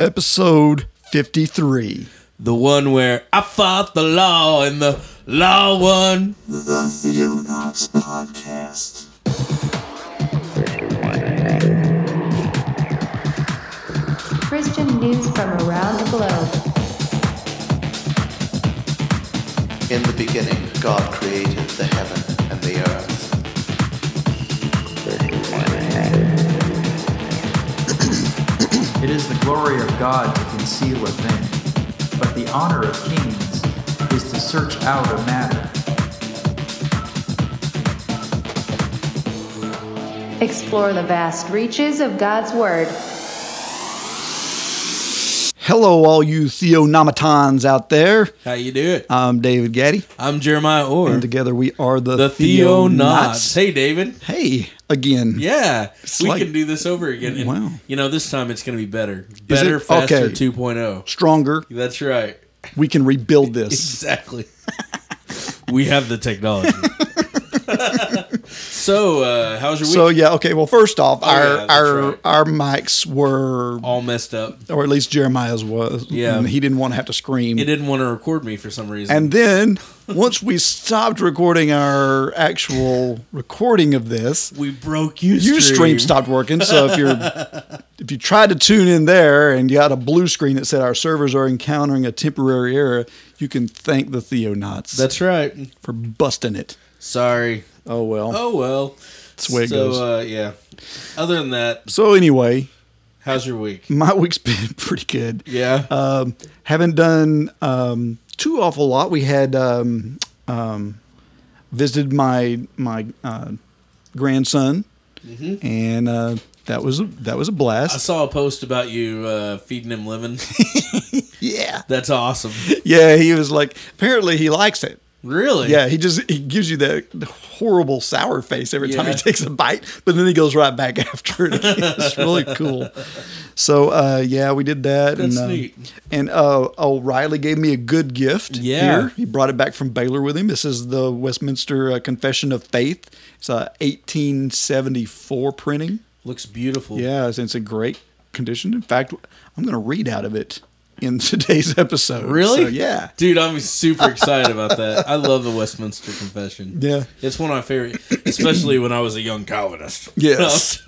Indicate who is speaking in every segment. Speaker 1: episode 53.
Speaker 2: The one where I fought the law and the law won.
Speaker 3: The Theonauts Podcast.
Speaker 4: Christian news from around the globe.
Speaker 5: In the beginning, God created the heaven and the earth.
Speaker 6: It is the glory of God to conceal a thing, but the honor of kings is to search out a matter.
Speaker 4: Explore the vast reaches of God's Word.
Speaker 1: Hello, all you Theonomatons out there.
Speaker 2: How you do it?
Speaker 1: I'm David Gaddy,
Speaker 2: I'm Jeremiah Orr.
Speaker 1: and together we are the,
Speaker 2: The Theonauts. Hey, David.
Speaker 1: Hey, again.
Speaker 2: Yeah, we
Speaker 1: like-
Speaker 2: can do this over again. And,
Speaker 1: Wow.
Speaker 2: You know, this time it's going to be better. Better, faster,
Speaker 1: Okay.
Speaker 2: 2.0.
Speaker 1: Stronger.
Speaker 2: That's right.
Speaker 1: We can rebuild this.
Speaker 2: Exactly. we have the technology. so, uh, how's your week?
Speaker 1: So yeah, okay. Well, first off, our
Speaker 2: Oh, yeah, that's
Speaker 1: our
Speaker 2: right.
Speaker 1: our mics were,
Speaker 2: All messed up.
Speaker 1: or at least Jeremiah's was.
Speaker 2: Yeah.
Speaker 1: and he didn't want to have to scream.
Speaker 2: It didn't want to record me for some reason.
Speaker 1: And then once we stopped recording our actual recording of this,
Speaker 2: we broke you.
Speaker 1: Ustream stopped working. So if you're if you tried to tune in there and you got a blue screen that said our servers are encountering a temporary error, you can thank the Theonauts
Speaker 2: That's right.
Speaker 1: for busting it.
Speaker 2: Sorry.
Speaker 1: Oh well.
Speaker 2: Oh well.
Speaker 1: That's the way it
Speaker 2: so,
Speaker 1: goes.
Speaker 2: Uh, yeah. Other than that,
Speaker 1: So anyway,
Speaker 2: how's your week?
Speaker 1: my week's been pretty good.
Speaker 2: Yeah.
Speaker 1: Um, haven't done um, too awful lot. We had um, um, visited my my uh, grandson, and uh, that was a, that was a
Speaker 2: I
Speaker 1: blast.
Speaker 2: saw a post about you uh, feeding him lemon.
Speaker 1: Yeah,
Speaker 2: That's awesome.
Speaker 1: yeah. He was like, apparently he likes it.
Speaker 2: Really?
Speaker 1: Yeah, he just he gives you that horrible sour face every time he
Speaker 2: Yeah.
Speaker 1: takes a bite, but then he goes right back after it. Again. It's really cool. So uh, yeah, we did that.
Speaker 2: That's
Speaker 1: and, um,
Speaker 2: neat.
Speaker 1: And uh, O'Reilly gave me a good gift.
Speaker 2: Yeah.
Speaker 1: here. he brought it back from Baylor with him. This is the Westminster uh, Confession of Faith. It's a 1874 printing.
Speaker 2: Looks beautiful.
Speaker 1: Yeah, it's, it's in great condition. In fact, I'm going to read out of it in today's episode.
Speaker 2: Really?
Speaker 1: So, yeah.
Speaker 2: Dude, I'm super excited about that. I love the Westminster Confession.
Speaker 1: Yeah.
Speaker 2: It's one of my favorite, especially when I was a young Calvinist.
Speaker 1: Yes.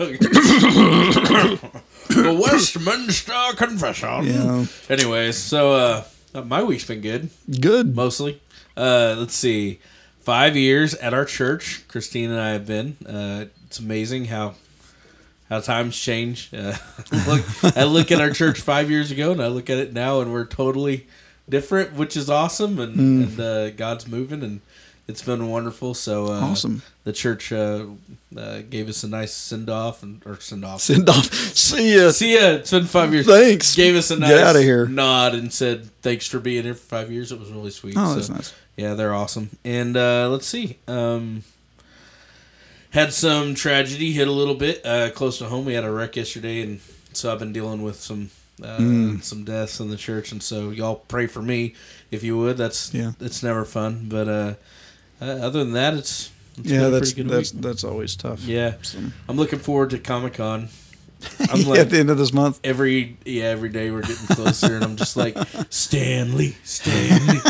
Speaker 2: the Westminster Confession.
Speaker 1: Yeah.
Speaker 2: Anyways, so uh, my week's been good.
Speaker 1: Good.
Speaker 2: mostly. Uh, let's see, five years at our church. Christine and I have been. Uh, it's amazing how how times change. Uh, look, I look at our church five years ago, and I look at it now, and we're totally different, which is awesome. And,
Speaker 1: Hmm.
Speaker 2: and uh, God's moving, and it's been wonderful. So uh,
Speaker 1: Awesome.
Speaker 2: The church uh, uh, gave us a nice send off, and or send off.
Speaker 1: Send off. See ya.
Speaker 2: See ya. It's been five years.
Speaker 1: Thanks.
Speaker 2: Gave us a
Speaker 1: Get
Speaker 2: nice
Speaker 1: outta here.
Speaker 2: nod and said thanks for being here for five years. It was really sweet.
Speaker 1: Oh, that's nice.
Speaker 2: Yeah, they're awesome. And uh, let's see. Um, had some tragedy hit a little bit uh, close to home. We had a wreck yesterday, and so I've been dealing with some uh,
Speaker 1: Mm.
Speaker 2: some deaths in the church. And so y'all pray for me if you would. That's
Speaker 1: Yeah.
Speaker 2: It's never fun, but uh, uh, other than that, it's, it's been
Speaker 1: yeah,
Speaker 2: a
Speaker 1: that's
Speaker 2: pretty good
Speaker 1: that's
Speaker 2: week.
Speaker 1: that's always tough.
Speaker 2: yeah.
Speaker 1: Some-
Speaker 2: I'm looking forward to Comic Con. I'm
Speaker 1: Yeah, at the end of this month.
Speaker 2: every yeah every day we're getting closer and i'm just like stanley stanley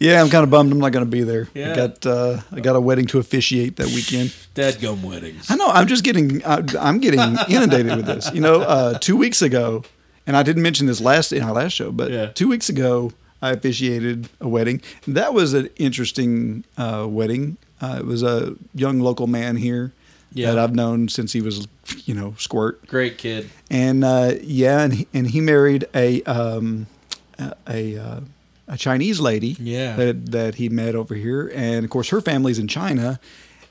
Speaker 1: Yeah, I'm kind of bummed. I'm not going to be there. I
Speaker 2: Yeah.
Speaker 1: got uh, I got a wedding to officiate that weekend.
Speaker 2: dadgum weddings
Speaker 1: I know. I'm just getting I, I'm getting inundated with this. You know, uh, two weeks ago, and I didn't mention this last in our last show, but
Speaker 2: Yeah.
Speaker 1: two weeks ago I officiated a wedding. That was an interesting uh, wedding. Uh, it was a young local man here
Speaker 2: Yeah.
Speaker 1: that I've known since he was, you know, squirt.
Speaker 2: great kid
Speaker 1: and uh, yeah, and he, and he married a um, a a, uh, a Chinese lady.
Speaker 2: Yeah.
Speaker 1: that that he met over here, and of course her family's in China,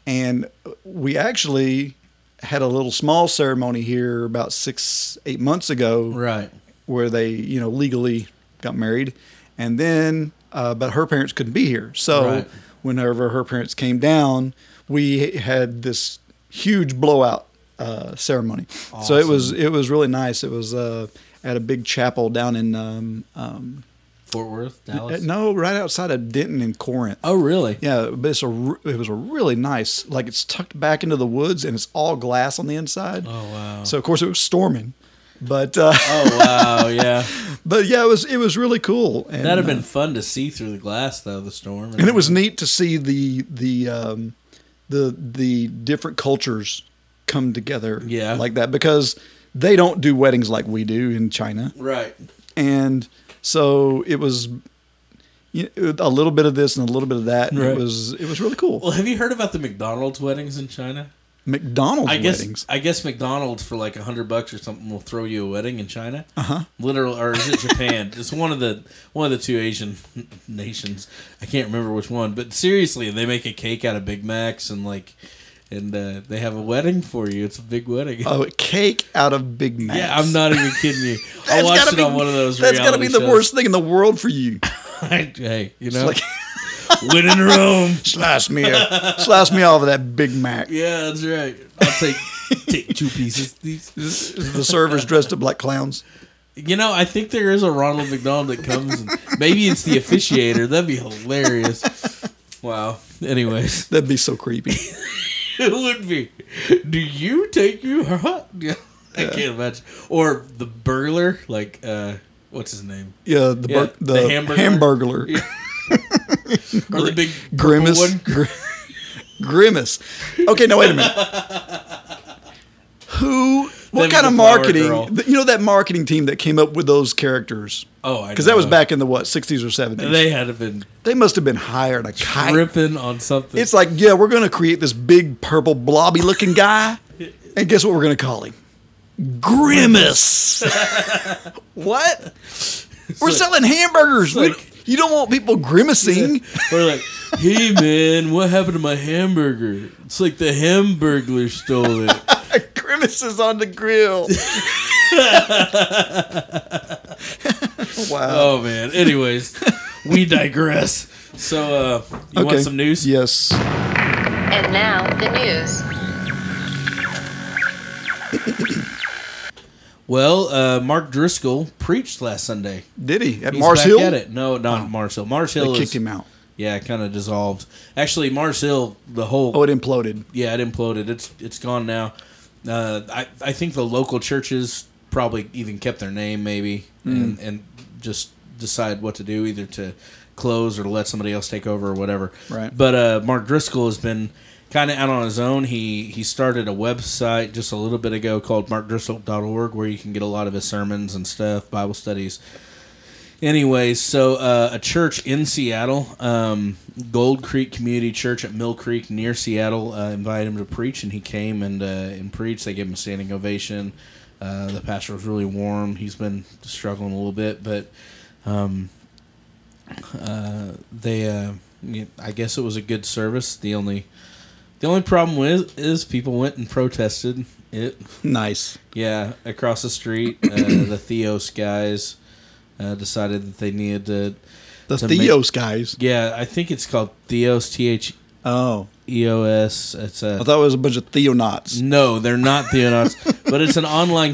Speaker 1: and we actually had a little small ceremony here about six eight months ago,
Speaker 2: right
Speaker 1: where they you know legally got married, and then uh, but her parents couldn't be here, so
Speaker 2: Right.
Speaker 1: whenever her parents came down, we had this huge blowout uh, ceremony. So it was it was really nice. It was uh, at a big chapel down in um, um,
Speaker 2: fort worth dallas
Speaker 1: no right outside of Denton in Corinth.
Speaker 2: oh really
Speaker 1: Yeah, but it's a r- it was a really nice like it's tucked back into the woods and it's all glass on the inside.
Speaker 2: oh wow
Speaker 1: So of course it was storming, But uh,
Speaker 2: Oh wow, yeah.
Speaker 1: but yeah, it was it was really cool. And,
Speaker 2: That'd have
Speaker 1: uh,
Speaker 2: been fun to see through the glass though, the storm.
Speaker 1: and it was neat to see the the um, the the different cultures come together
Speaker 2: Yeah.
Speaker 1: like that because they don't do weddings like we do in China.
Speaker 2: right.
Speaker 1: and so it was you know, a little bit of this and a little bit of that. and
Speaker 2: Right.
Speaker 1: It was it was really cool.
Speaker 2: Well, have you heard about the McDonald's weddings in China?
Speaker 1: McDonald's
Speaker 2: I guess
Speaker 1: weddings.
Speaker 2: I guess McDonald's for like a hundred bucks or something will throw you a wedding in China. Uh
Speaker 1: Uh-huh.
Speaker 2: huh. Literal or is it Japan? it's one of the one of the two Asian nations. I can't remember which one, but seriously, they make a cake out of Big Macs and like, and uh, they have a wedding for you. It's a big wedding.
Speaker 1: Oh, a cake out of Big Macs.
Speaker 2: yeah, I'm not even kidding you. I
Speaker 1: That's
Speaker 2: watched
Speaker 1: gotta
Speaker 2: it on one of those.
Speaker 1: That's gotta be
Speaker 2: reality
Speaker 1: the
Speaker 2: shows.
Speaker 1: worst thing in the world for you.
Speaker 2: hey, you know,
Speaker 1: like-
Speaker 2: win in Rome.
Speaker 1: Slash me, a- slash me off of that Big Mac.
Speaker 2: Yeah, that's right. I'll take take two pieces. These.
Speaker 1: The servers dressed up like clowns.
Speaker 2: You know, I think there is a Ronald McDonald that comes. And maybe it's the officiator. That'd be hilarious. Wow. Anyways,
Speaker 1: That'd be so creepy.
Speaker 2: it would be. Do you take you hot? Yeah, I can't imagine. Or the burglar, like uh, what's his name?
Speaker 1: Yeah, the
Speaker 2: Yeah,
Speaker 1: bur- the,
Speaker 2: the
Speaker 1: hamburglar,
Speaker 2: Hamburglar. Or the big purple
Speaker 1: grimace,
Speaker 2: one?
Speaker 1: Gr- grimace. Okay, now wait a minute. Who? What
Speaker 2: Them
Speaker 1: kind of
Speaker 2: and the flower
Speaker 1: marketing?
Speaker 2: girl.
Speaker 1: th- You know that marketing team that came up with those characters
Speaker 2: Oh, I
Speaker 1: because that was
Speaker 2: know.
Speaker 1: back in the what sixties or seventies. They,
Speaker 2: They had been
Speaker 1: must have been hired a kite.
Speaker 2: ripping on something.
Speaker 1: It's like yeah, we're gonna create this big purple blobby looking guy, and guess what we're gonna call him? Grimace. what? We're
Speaker 2: like-
Speaker 1: selling hamburgers. We-
Speaker 2: like-
Speaker 1: you don't want people grimacing.
Speaker 2: We're like, hey man, what happened to my hamburger? It's like the hamburglar stole it.
Speaker 1: grimaces on the grill. wow.
Speaker 2: Oh man. Anyways, we digress. So uh you want some news?
Speaker 1: Yes.
Speaker 7: And now, the news.
Speaker 2: Well, uh Mark Driscoll preached last Sunday.
Speaker 1: Did he at
Speaker 2: He's
Speaker 1: Mars
Speaker 2: back
Speaker 1: Hill? Oh.
Speaker 2: At it. No, not Mars Hill. Mars
Speaker 1: They
Speaker 2: Hill
Speaker 1: kicked
Speaker 2: is-
Speaker 1: him out.
Speaker 2: Yeah, kind of dissolved. Actually, Mars Hill, the whole
Speaker 1: Oh, it imploded.
Speaker 2: yeah, it imploded. It's it's gone now. Uh, I I think the local churches probably even kept their name maybe and and just decide what to do either to close or let somebody else take over or whatever.
Speaker 1: Right.
Speaker 2: But uh, Mark Driscoll has been kind of out on his own. He he started a website just a little bit ago called markdriscoll.org where you can get a lot of his sermons and stuff, Bible studies. Anyways, so uh, a church in Seattle, um, Gold Creek Community Church at Mill Creek near Seattle, uh, invited him to preach, and he came and uh, and preached. They gave him a standing ovation. Uh, the pastor was really warm. He's been struggling a little bit, but um, uh, they, uh, yeah, I guess it was a good service. The only, the only problem with is people went and protested it.
Speaker 1: Nice.
Speaker 2: Yeah, across the street, uh, the Theos guys uh, decided that they needed to.
Speaker 1: The
Speaker 2: to
Speaker 1: Theos guys.
Speaker 2: Make, yeah, I think it's called Theos. T H
Speaker 1: Oh,
Speaker 2: E O S. It's a.
Speaker 1: I thought it was a bunch of Theonauts.
Speaker 2: no, they're not Theonauts, but it's an online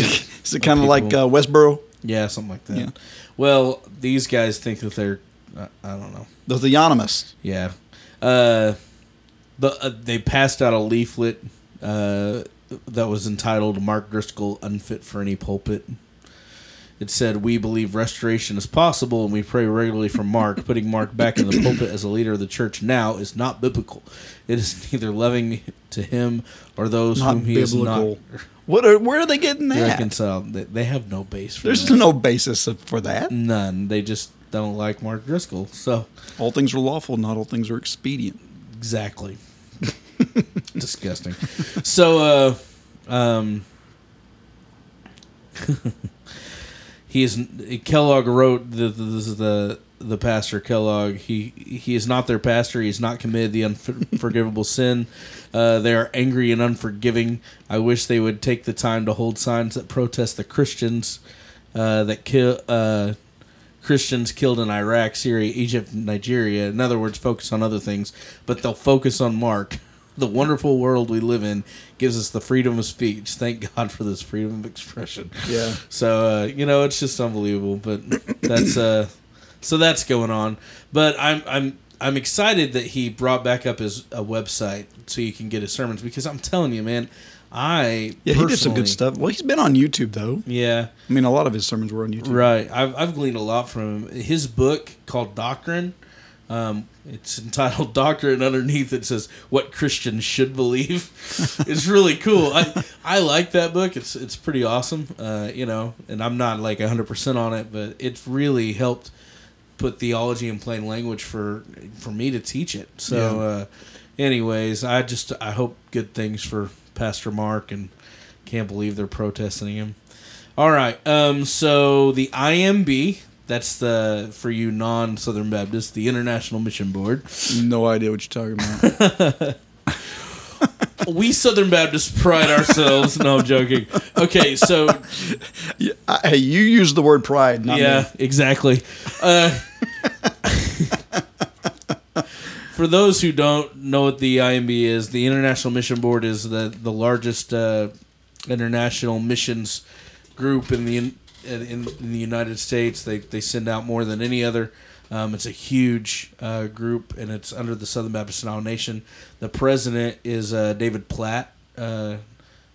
Speaker 2: of-
Speaker 1: Is it kind of like
Speaker 2: people.
Speaker 1: uh, Westboro?
Speaker 2: yeah, something like that.
Speaker 1: Yeah.
Speaker 2: Well, these guys think that they're. I, I don't know.
Speaker 1: The Theonomists.
Speaker 2: Yeah. Uh, the uh, they passed out a leaflet uh, that was entitled "Mark Driscoll Unfit for Any Pulpit." It said, "We believe restoration is possible, and we pray regularly for Mark. Putting Mark back in the pulpit as a leader of the church now is not biblical. It is neither loving to him or those
Speaker 1: Not
Speaker 2: whom he
Speaker 1: biblical.
Speaker 2: is
Speaker 1: What are, where are they getting
Speaker 2: not
Speaker 1: that?
Speaker 2: reconciled. They, they have no base for
Speaker 1: There's
Speaker 2: that.
Speaker 1: no basis of- for that.
Speaker 2: none. They just don't like Mark Driscoll. So."
Speaker 1: All things are lawful, not all things are expedient.
Speaker 2: Exactly. Disgusting. So, uh, um, he is Kellogg wrote the, the, this is the the pastor Kellogg. He he is not their pastor. He's not committed the unforgivable sin. Uh, they are angry and unforgiving. I wish they would take the time to hold signs that protest the Christians uh, that kill. Uh, Christians killed in Iraq, Syria, Egypt, Nigeria. In other words, focus on other things, but they'll focus on Mark. The wonderful world we live in gives us the freedom of speech. Thank God for this freedom of expression.
Speaker 1: Yeah.
Speaker 2: So uh, you know, it's just unbelievable. But that's uh, so that's going on. But I'm I'm I'm excited that he brought back up his a website so you can get his sermons because I'm telling you, man, I
Speaker 1: Yeah, he did some
Speaker 2: personally-
Speaker 1: good stuff. Well, he's been on YouTube though.
Speaker 2: Yeah,
Speaker 1: I mean, a lot of his sermons were on YouTube.
Speaker 2: right. I've I've gleaned a lot from him. His book called Doctrine. Um, it's entitled Doctrine. Underneath it says what Christians should believe. it's really cool. I I like that book. It's it's pretty awesome. Uh, you know, and I'm not like 100 percent on it, but it's really helped put theology in plain language for for me to teach it. So,
Speaker 1: Yeah.
Speaker 2: uh, anyways, I just I hope good things for Pastor Mark and can't believe they're protesting him. All right, um, so the IMB that's the for you non Southern Baptists, the International Mission Board.
Speaker 1: No idea what you're talking about.
Speaker 2: We Southern Baptists pride ourselves. no, I'm joking. Okay, so
Speaker 1: yeah, I, hey, you used the word pride, not
Speaker 2: yeah, exactly. Uh, for those who don't know what the IMB is, the International Mission Board is the the largest uh, international missions group in the in, in, in the United States. They they send out more than any other. Um, it's a huge uh, group, and it's under the Southern Baptist denomination. The president is uh, David Platt. Uh,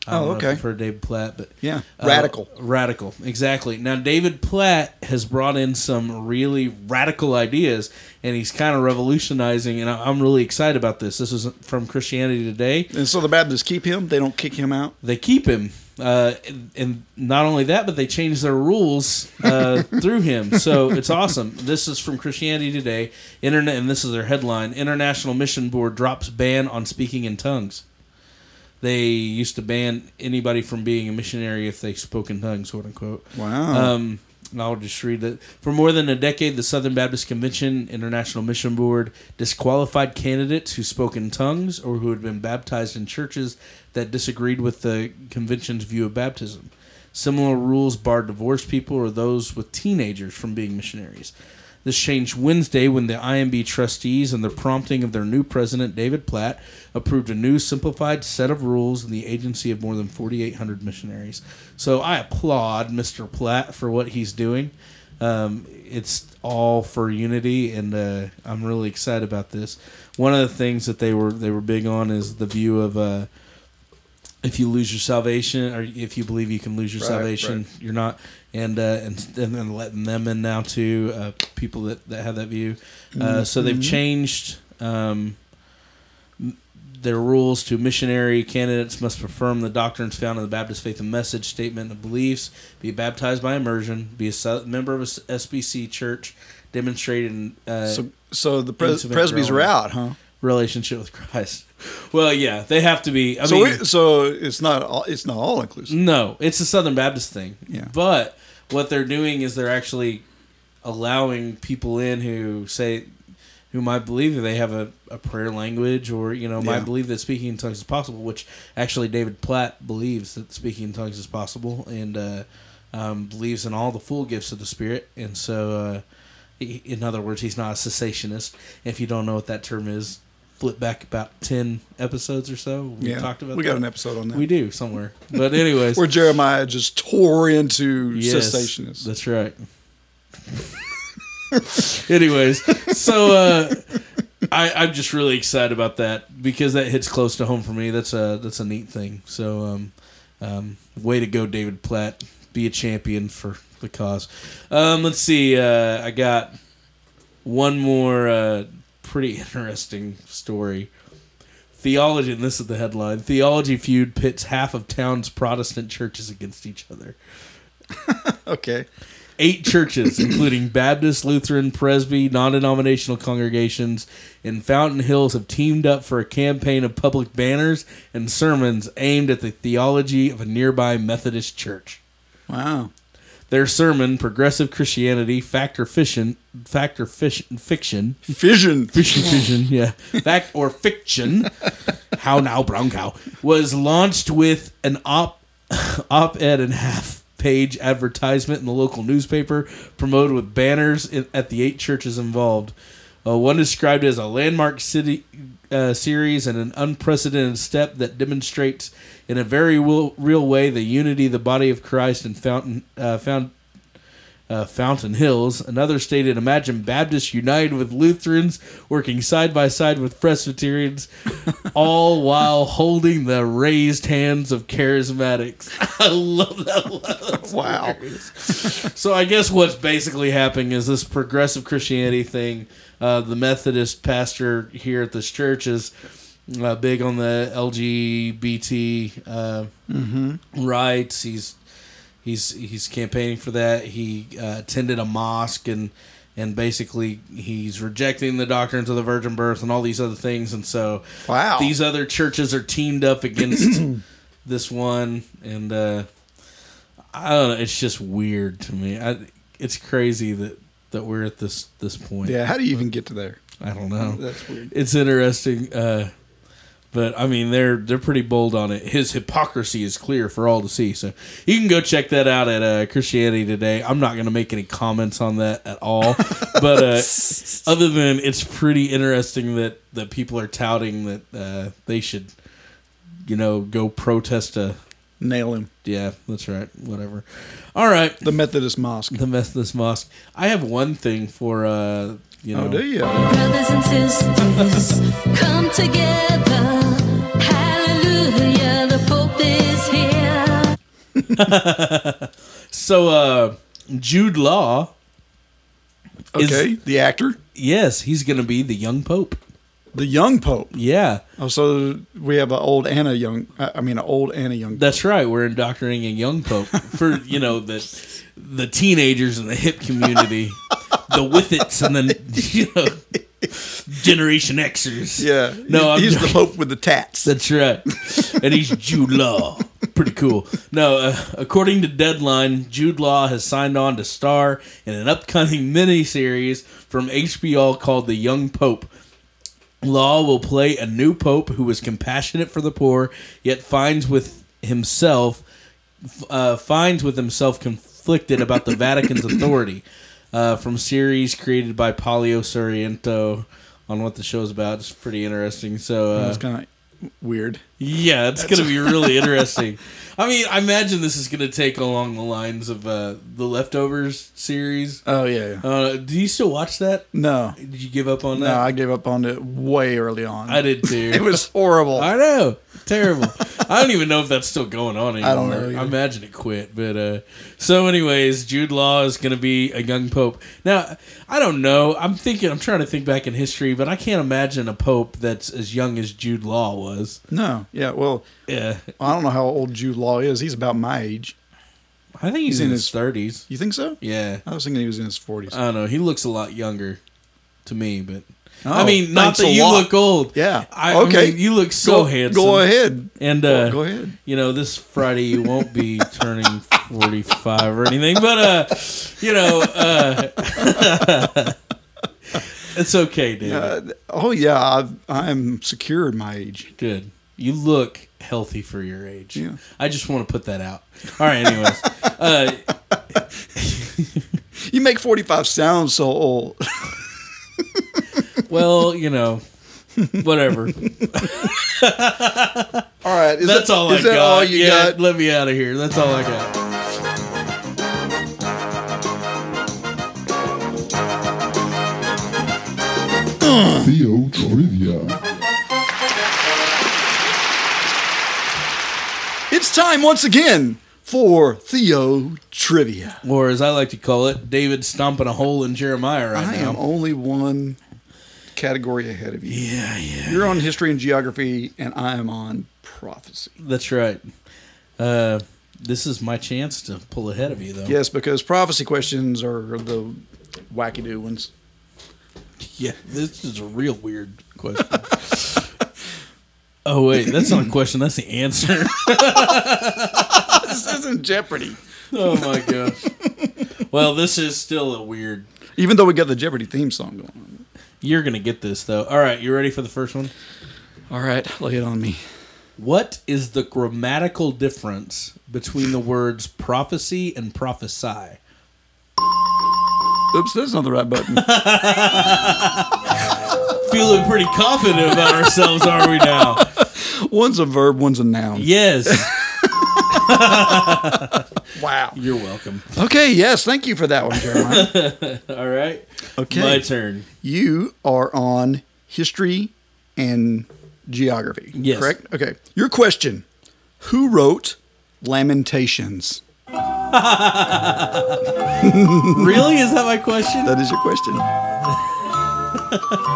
Speaker 2: I don't
Speaker 1: Oh,
Speaker 2: know if
Speaker 1: okay.
Speaker 2: you've heard David Platt, but
Speaker 1: Yeah,
Speaker 2: uh,
Speaker 1: radical.
Speaker 2: Radical, exactly. Now, David Platt has brought in some really radical ideas, and he's kind of revolutionizing, and I- I'm really excited about this. This is from Christianity Today.
Speaker 1: And so the Baptists keep him. They don't kick him out.
Speaker 2: They keep him, uh, and, and not only that, but they change their rules uh, through him. So it's awesome. This is from Christianity Today. Internet, and this is their headline: International Mission Board drops ban on speaking in tongues. They used to ban anybody from being a missionary if they spoke in tongues, quote unquote.
Speaker 1: Wow.
Speaker 2: Um, and I'll just read that. For more than a decade, the Southern Baptist Convention International Mission Board disqualified candidates who spoke in tongues or who had been baptized in churches that disagreed with the convention's view of baptism. Similar rules barred divorced people or those with teenagers from being missionaries. This changed Wednesday when the IMB trustees, and the prompting of their new president, David Platt, approved a new simplified set of rules in the agency of more than 4,800 missionaries. So I applaud Mr. Platt for what he's doing. Um, it's all for unity, and uh, I'm really excited about this. One of the things that they were they were big on is the view of uh, if you lose your salvation, or if you believe you can lose your
Speaker 5: Right,
Speaker 2: salvation, you're not, and uh, and and then letting them in now too. Uh, people that that have that view, uh, so they've changed. Um, their rules to missionary candidates must affirm the doctrines found in the Baptist Faith and Message Statement of Beliefs, be baptized by immersion, be a so- member of a s- SBC church, demonstrate an uh,
Speaker 1: so, so the pres-
Speaker 2: Intimate
Speaker 1: presbys are
Speaker 2: growing.
Speaker 1: out, huh?
Speaker 2: relationship with Christ. Well, yeah, they have to be. I
Speaker 1: so,
Speaker 2: mean,
Speaker 1: it- so it's not all, it's not all inclusive.
Speaker 2: No, it's a Southern Baptist thing.
Speaker 1: Yeah.
Speaker 2: But what they're doing is they're actually allowing people in who say who might believe that they have a, a prayer language or, you know, might
Speaker 1: Yeah.
Speaker 2: believe that speaking in tongues is possible, which actually David Platt believes that speaking in tongues is possible and uh, um, believes in all the full gifts of the Spirit. And so, uh, he- in other words, he's not a cessationist. If you don't know what that term is, flip back about 10 episodes or so. We
Speaker 1: yeah,
Speaker 2: talked about
Speaker 1: Mm-hmm. we got
Speaker 2: that.
Speaker 1: an episode on that.
Speaker 2: We do somewhere. But anyways,
Speaker 1: where Jeremiah just tore into
Speaker 2: Yes,
Speaker 1: cessationists.
Speaker 2: That's right. anyways, so uh, I, I'm just really excited about that because that hits close to home for me. That's a that's a neat thing. So, um, um, way to go, David Platt. Be a champion for the cause. Um, let's see. Uh, I got one more uh, pretty interesting story. Theology, and this is the headline: Theology feud pits half of town's Protestant churches against each other
Speaker 1: okay,
Speaker 2: eight churches, including Baptist, Lutheran, Presby, non denominational congregations in Fountain Hills, have teamed up for a campaign of public banners and sermons aimed at the theology of a nearby Methodist church.
Speaker 1: wow.
Speaker 2: Their sermon, Progressive Christianity, Factor Fiction, Factor Fish, Fiction,
Speaker 1: Fission.
Speaker 2: Fiction, Fiction, yeah, Fact or Fiction, How Now Brown Cow, was launched with an op op ed and half page advertisement in the local newspaper, promoted with banners in, at the eight churches involved. Uh, one described it as a landmark city uh, series and an unprecedented step that demonstrates in a very real, real way the unity of the body of Christ and fountain uh, found uh, Fountain Hills. Another stated, Imagine Baptists united with Lutherans, working side by side with Presbyterians, all while holding the raised hands of charismatics. I love that one.
Speaker 1: Wow.
Speaker 2: So I guess what's basically happening is this progressive Christianity thing. Uh, the Methodist pastor here at this church is uh, big on the LGBT uh, rights. He's he's he's campaigning for that. He uh, attended a mosque and and basically he's rejecting the doctrines of the virgin birth and all these other things. And so
Speaker 1: Wow.
Speaker 2: these other churches are teamed up against this one and. Uh, I don't know. It's just weird to me. I, it's crazy that that we're at this this point.
Speaker 1: Yeah. How do you even get to there?
Speaker 2: I don't know.
Speaker 1: That's weird.
Speaker 2: It's interesting, uh, but I mean they're they're pretty bold on it. His hypocrisy is clear for all to see. So you can go check that out at uh, Christianity Today. I'm not going to make any comments on that at all. but uh, other than it's pretty interesting that that people are touting that uh, they should, you know, go protest a.
Speaker 1: Nail him.
Speaker 2: Yeah, that's right. Whatever. All right
Speaker 1: The Methodist mosque.
Speaker 2: the Methodist mosque. I have one thing for uh, you know.
Speaker 1: Oh, do you?
Speaker 8: Brothers and sisters, come together. Hallelujah, the Pope is here.
Speaker 2: So uh, Jude Law, Is-
Speaker 1: Okay. the actor,
Speaker 2: yes, he's going to be the young pope.
Speaker 1: the young pope.
Speaker 2: Yeah,
Speaker 1: Oh, so we have an old and a young. I I mean, an old and a young.
Speaker 2: that's right. We're indoctrinating a young pope for you know the the teenagers and the hip community, the with its and the you know Generation Xers.
Speaker 1: yeah.
Speaker 2: no, I'm
Speaker 1: he's
Speaker 2: joking.
Speaker 1: the pope with the tats.
Speaker 2: That's right. and he's Jude Law. Pretty cool. No, uh, according to Deadline, Jude Law has signed on to star in an upcoming miniseries from HBO called The Young Pope. Law will play a new pope who is compassionate for the poor, yet finds with himself uh, finds with himself conflicted about the Vatican's authority. Uh, from series created by Polio Sorrento on what the show's about, it's pretty interesting. So uh,
Speaker 1: That's kind of weird.
Speaker 2: yeah, it's going to be really interesting. I mean, I imagine this is going to take along the lines of uh, the Leftovers series.
Speaker 1: Oh yeah. yeah.
Speaker 2: Uh, do you still watch that?
Speaker 1: no.
Speaker 2: Did you give up on
Speaker 1: No,
Speaker 2: that?
Speaker 1: I gave up on it way early on.
Speaker 2: I did too.
Speaker 1: It was horrible.
Speaker 2: I know, terrible. I don't even know if that's still going on anymore. I
Speaker 1: don't know either.
Speaker 2: imagine it quit, but uh, so, anyways, Jude Law is going to be a young pope. Now, I don't know. I'm thinking. I'm trying to think back in history, but I can't imagine a pope that's as young as Jude Law was.
Speaker 1: no. Yeah. Well,
Speaker 2: Yeah,
Speaker 1: I don't know how old Jude Law is. He's about my age.
Speaker 2: I think
Speaker 1: He's
Speaker 2: he's, in,
Speaker 1: in
Speaker 2: his
Speaker 1: his-
Speaker 2: 30s.
Speaker 1: You think so?
Speaker 2: Yeah. Uh,
Speaker 1: I was thinking he was in his forties.
Speaker 2: I don't know. He looks a lot younger to me, but
Speaker 1: Oh,
Speaker 2: I mean, not
Speaker 1: thanks
Speaker 2: that
Speaker 1: a
Speaker 2: you
Speaker 1: lot.
Speaker 2: look old.
Speaker 1: Yeah.
Speaker 2: I, okay.
Speaker 1: okay.
Speaker 2: you look
Speaker 1: go,
Speaker 2: so handsome.
Speaker 1: Go ahead.
Speaker 2: And
Speaker 1: Go-
Speaker 2: uh,
Speaker 1: go ahead.
Speaker 2: You know, this Friday you won't be turning forty-five or anything, but uh, you know, uh, it's okay, dude.
Speaker 1: Uh, oh yeah, I, I am secure in my age.
Speaker 2: Good. You look healthy for your age.
Speaker 1: Yeah.
Speaker 2: I just want to put that out. All right. Anyways, uh,
Speaker 1: You make forty five sound so old.
Speaker 2: well, you know,
Speaker 1: all
Speaker 2: whatever.
Speaker 1: right. Is
Speaker 2: That's
Speaker 1: that,
Speaker 2: all
Speaker 1: is
Speaker 2: I
Speaker 1: that
Speaker 2: got.
Speaker 1: all you
Speaker 2: yeah,
Speaker 1: got?
Speaker 2: Let me out of here. That's all I got.
Speaker 9: Theo Trivia.
Speaker 1: It's time once again for Theo trivia.
Speaker 2: Or as I like to call it, David stomping a hole in Jeremiah right
Speaker 1: I
Speaker 2: now.
Speaker 1: am only one category ahead of you.
Speaker 2: yeah, yeah.
Speaker 1: You're on history and geography, and I am on prophecy.
Speaker 2: That's right. Uh, this is my chance to pull ahead of you, though.
Speaker 1: Yes, because prophecy questions are the wacky do ones.
Speaker 2: Yeah, this is a real weird question. oh, wait. That's not a question. That's the answer.
Speaker 1: This isn't Jeopardy.
Speaker 2: oh, my gosh. Well, this is still a weird.
Speaker 1: Even though we got the Jeopardy theme song going on.
Speaker 2: You're going to get this, though. All right. You ready for the first one?
Speaker 1: All right, lay it on me.
Speaker 2: What is the grammatical difference between the words prophecy and prophesy?
Speaker 1: Oops, that's not the right button.
Speaker 2: Feeling pretty confident about ourselves, are we now?
Speaker 1: one's a verb, one's a noun.
Speaker 2: Yes.
Speaker 1: Wow.
Speaker 2: You're welcome.
Speaker 1: Okay. Yes. Thank you for that one, Jeremiah.
Speaker 2: All right.
Speaker 1: Okay.
Speaker 2: My turn.
Speaker 1: you are on history and geography.
Speaker 2: Yes.
Speaker 1: Correct? Okay. Your question Who wrote Lamentations?
Speaker 2: Really? Is that my question?
Speaker 1: That is your question.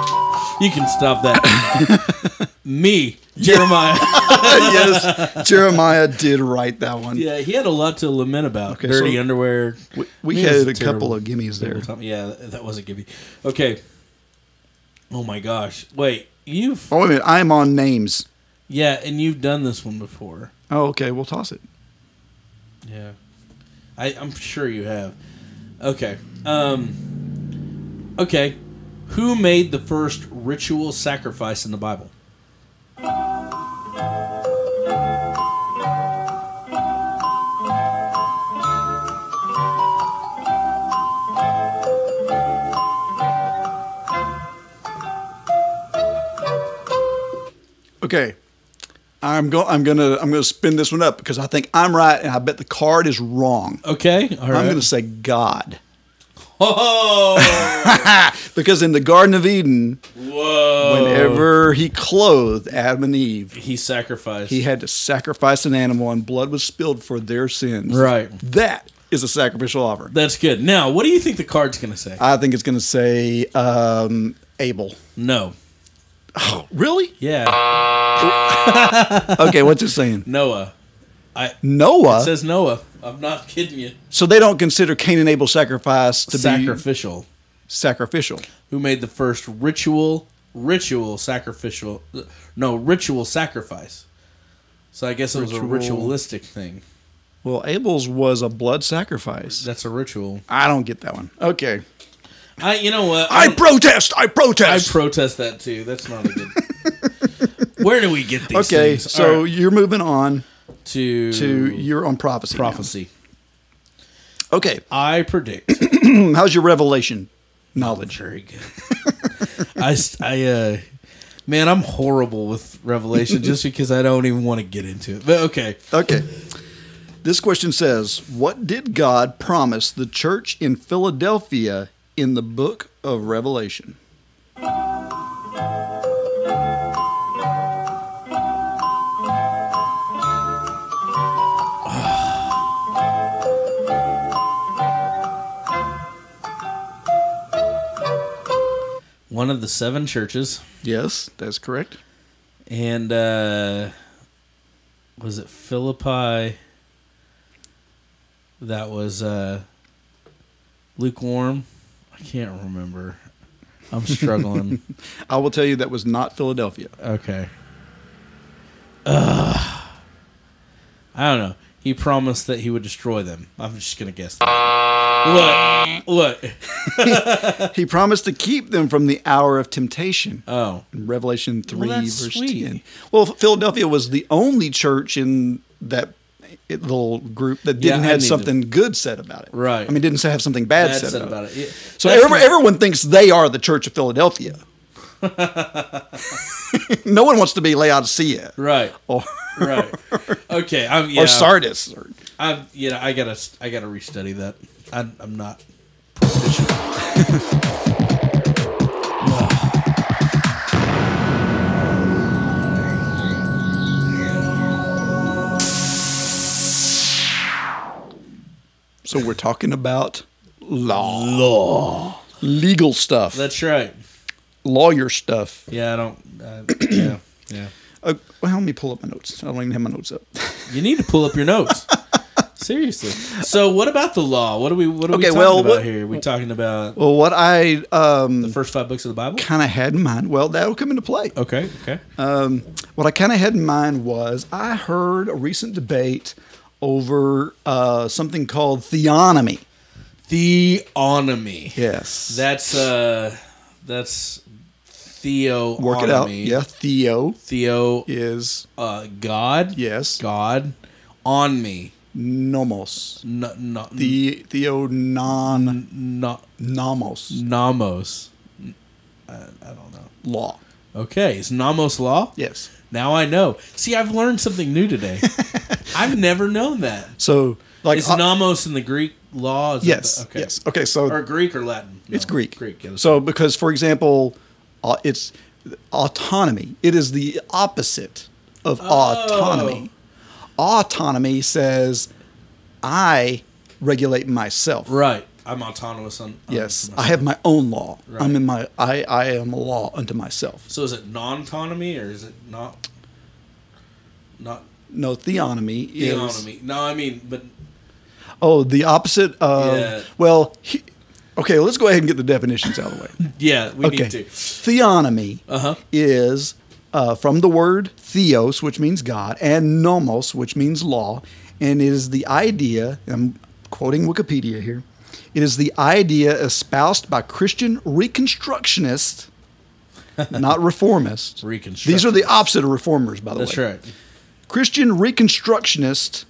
Speaker 2: You can stop that. Me, Jeremiah.
Speaker 1: yes. Jeremiah did write that one.
Speaker 2: Yeah, he had a lot to lament about.
Speaker 1: Okay,
Speaker 2: Dirty
Speaker 1: so-
Speaker 2: underwear.
Speaker 1: We, we
Speaker 2: Man,
Speaker 1: had a
Speaker 2: this is terrible.
Speaker 1: couple of gimmies there.
Speaker 2: Yeah, that that was a gimme. Okay. Oh my gosh. Wait, you've
Speaker 1: Oh, wait a minute. I'm on names.
Speaker 2: yeah, and you've done this one before.
Speaker 1: Oh, okay. We'll toss it.
Speaker 2: Yeah. I, I'm sure you have. Okay. Um Okay. Who made the first ritual sacrifice in the Bible?
Speaker 1: Okay. I'm going. I'm gonna. I'm gonna spin this one up because I think I'm right, and I bet the card is wrong.
Speaker 2: Okay. All right.
Speaker 1: I'm gonna say God,
Speaker 2: Oh.
Speaker 1: because in the Garden of Eden,
Speaker 2: Whoa. Oh.
Speaker 1: whenever he clothed Adam and Eve,
Speaker 2: he sacrificed.
Speaker 1: he had to sacrifice an animal and blood was spilled for their sins.
Speaker 2: Right.
Speaker 1: That is a sacrificial offer.
Speaker 2: That's good. Now, what do you think the card's going to say?
Speaker 1: I think it's going to say um, Abel.
Speaker 2: no.
Speaker 1: Really?
Speaker 2: Yeah.
Speaker 1: Okay, what's it saying?
Speaker 2: Noah.
Speaker 1: Noah.
Speaker 2: It says Noah. I'm not kidding you.
Speaker 1: so they don't consider Cain and Abel's sacrifice to be
Speaker 2: sacrificial.
Speaker 1: sacrificial.
Speaker 2: Who made the first ritual ritual sacrificial no, ritual sacrifice. So I guess it was a
Speaker 1: Ritual.
Speaker 2: ritualistic thing.
Speaker 1: Well, Abel's was a blood sacrifice.
Speaker 2: That's a ritual.
Speaker 1: I don't get that one. Okay.
Speaker 2: I you know what?
Speaker 1: I
Speaker 2: don't-
Speaker 1: protest. I
Speaker 2: I
Speaker 1: protest.
Speaker 2: protest that too. That's not a good Where do we get these
Speaker 1: okay,
Speaker 2: things? All
Speaker 1: so
Speaker 2: right.
Speaker 1: you're moving on
Speaker 2: to
Speaker 1: to you're on prophecy. now.
Speaker 2: prophecy.
Speaker 1: Okay.
Speaker 2: I predict
Speaker 1: How's your revelation knowledge?
Speaker 2: Very good. I, st- I, uh, man, I'm horrible with Revelation just because I don't even want to get into it. But okay,
Speaker 1: Okay. This question says, What did God promise the church in Philadelphia in the book of Revelation?
Speaker 2: one of the seven churches,
Speaker 1: Yes, that's correct.
Speaker 2: and uh, was it Philippi? That was uh, lukewarm. I can't remember. I'm struggling.
Speaker 1: I will tell you that was not Philadelphia.
Speaker 2: okay. Ugh. I don't know. He promised that he would destroy them. I'm just gonna guess. That. Look, look.
Speaker 1: He promised to keep them from the hour of temptation.
Speaker 2: Oh,
Speaker 1: in Revelation 3,
Speaker 2: that's
Speaker 1: verse
Speaker 2: sweet.
Speaker 1: 10. Well, Philadelphia was the only church in that little group that
Speaker 2: Yeah,
Speaker 1: didn't
Speaker 2: I
Speaker 1: have
Speaker 2: need to-
Speaker 1: something good said about it.
Speaker 2: Right.
Speaker 1: I mean, didn't have something bad,
Speaker 2: that's
Speaker 1: said
Speaker 2: said
Speaker 1: about,
Speaker 2: about
Speaker 1: it.
Speaker 2: it. Yeah.
Speaker 1: So
Speaker 2: That's
Speaker 1: every,
Speaker 2: not-
Speaker 1: everyone thinks they are the Church of Philadelphia. no one wants to be Laodicea
Speaker 2: right,
Speaker 1: or,
Speaker 2: right. Okay, I'm yeah.
Speaker 1: or Sardis. Or,
Speaker 2: I'm yeah. I gotta I gotta restudy that. I, I'm not.
Speaker 1: so we're talking about law. Law. Legal stuff.
Speaker 2: That's right.
Speaker 1: lawyer stuff.
Speaker 2: Yeah, I don't. Uh, yeah, yeah.
Speaker 1: Uh, well, let me pull up my notes. I don't even have my notes up.
Speaker 2: You need to pull up your notes. Seriously. So what about the law? What are we? What are we
Speaker 1: Okay,
Speaker 2: talking
Speaker 1: well,
Speaker 2: about
Speaker 1: what-
Speaker 2: here? Are we talking about
Speaker 1: well, what I um,
Speaker 2: the first five books of the Bible? Uh,
Speaker 1: kind of had in mind, well, that'll come into play.
Speaker 2: Okay. Okay.
Speaker 1: What I kind of had in mind was I heard a recent debate over uh, something called theonomy.
Speaker 2: Theonomy.
Speaker 1: Yes.
Speaker 2: That's uh, that's Theo.
Speaker 1: Work it out. Yeah. Theo
Speaker 2: Theo.
Speaker 1: is
Speaker 2: Uh, God.
Speaker 1: Yes.
Speaker 2: God. On me.
Speaker 1: nomos.
Speaker 2: No, no, Mm-hmm.
Speaker 1: The Theo non
Speaker 2: no, Mm-hmm.
Speaker 1: nomos
Speaker 2: Namos.
Speaker 1: law.
Speaker 2: Okay, is Namos law?
Speaker 1: Yes.
Speaker 2: Now I know. See, I've learned something new today. I've never known that.
Speaker 1: So like
Speaker 2: Is
Speaker 1: uh,
Speaker 2: nomos in the Greek law? Is that
Speaker 1: yes,
Speaker 2: the-
Speaker 1: yes. Okay, so
Speaker 2: Or Greek or Latin? No,
Speaker 1: it's Greek.
Speaker 2: Greek. Yeah, that's
Speaker 1: so because for example, uh, it's autonomy. It is the opposite of
Speaker 2: Oh.
Speaker 1: autonomy. Autonomy says I regulate myself.
Speaker 2: right. I'm autonomous on. on
Speaker 1: Yes,
Speaker 2: myself.
Speaker 1: I have my own law.
Speaker 2: Right.
Speaker 1: I'm in my I I am a law unto myself.
Speaker 2: So is it non-autonomy or is it not? Not
Speaker 1: No, theonomy, is
Speaker 2: autonomy. No, I mean, but
Speaker 1: oh the opposite of
Speaker 2: Yeah.
Speaker 1: well. He, okay, let's go ahead and get the definitions out of the way.
Speaker 2: yeah, we
Speaker 1: Okay,
Speaker 2: need to.
Speaker 1: theonomy
Speaker 2: Uh-huh.
Speaker 1: is uh, from the word theos, which means God, and nomos, which means law, and is the idea. I'm quoting Wikipedia here. It is the idea espoused by Christian Reconstructionists, not reformists. These are the opposite of reformers, by the
Speaker 2: That's
Speaker 1: way.
Speaker 2: right.
Speaker 1: Christian Reconstructionists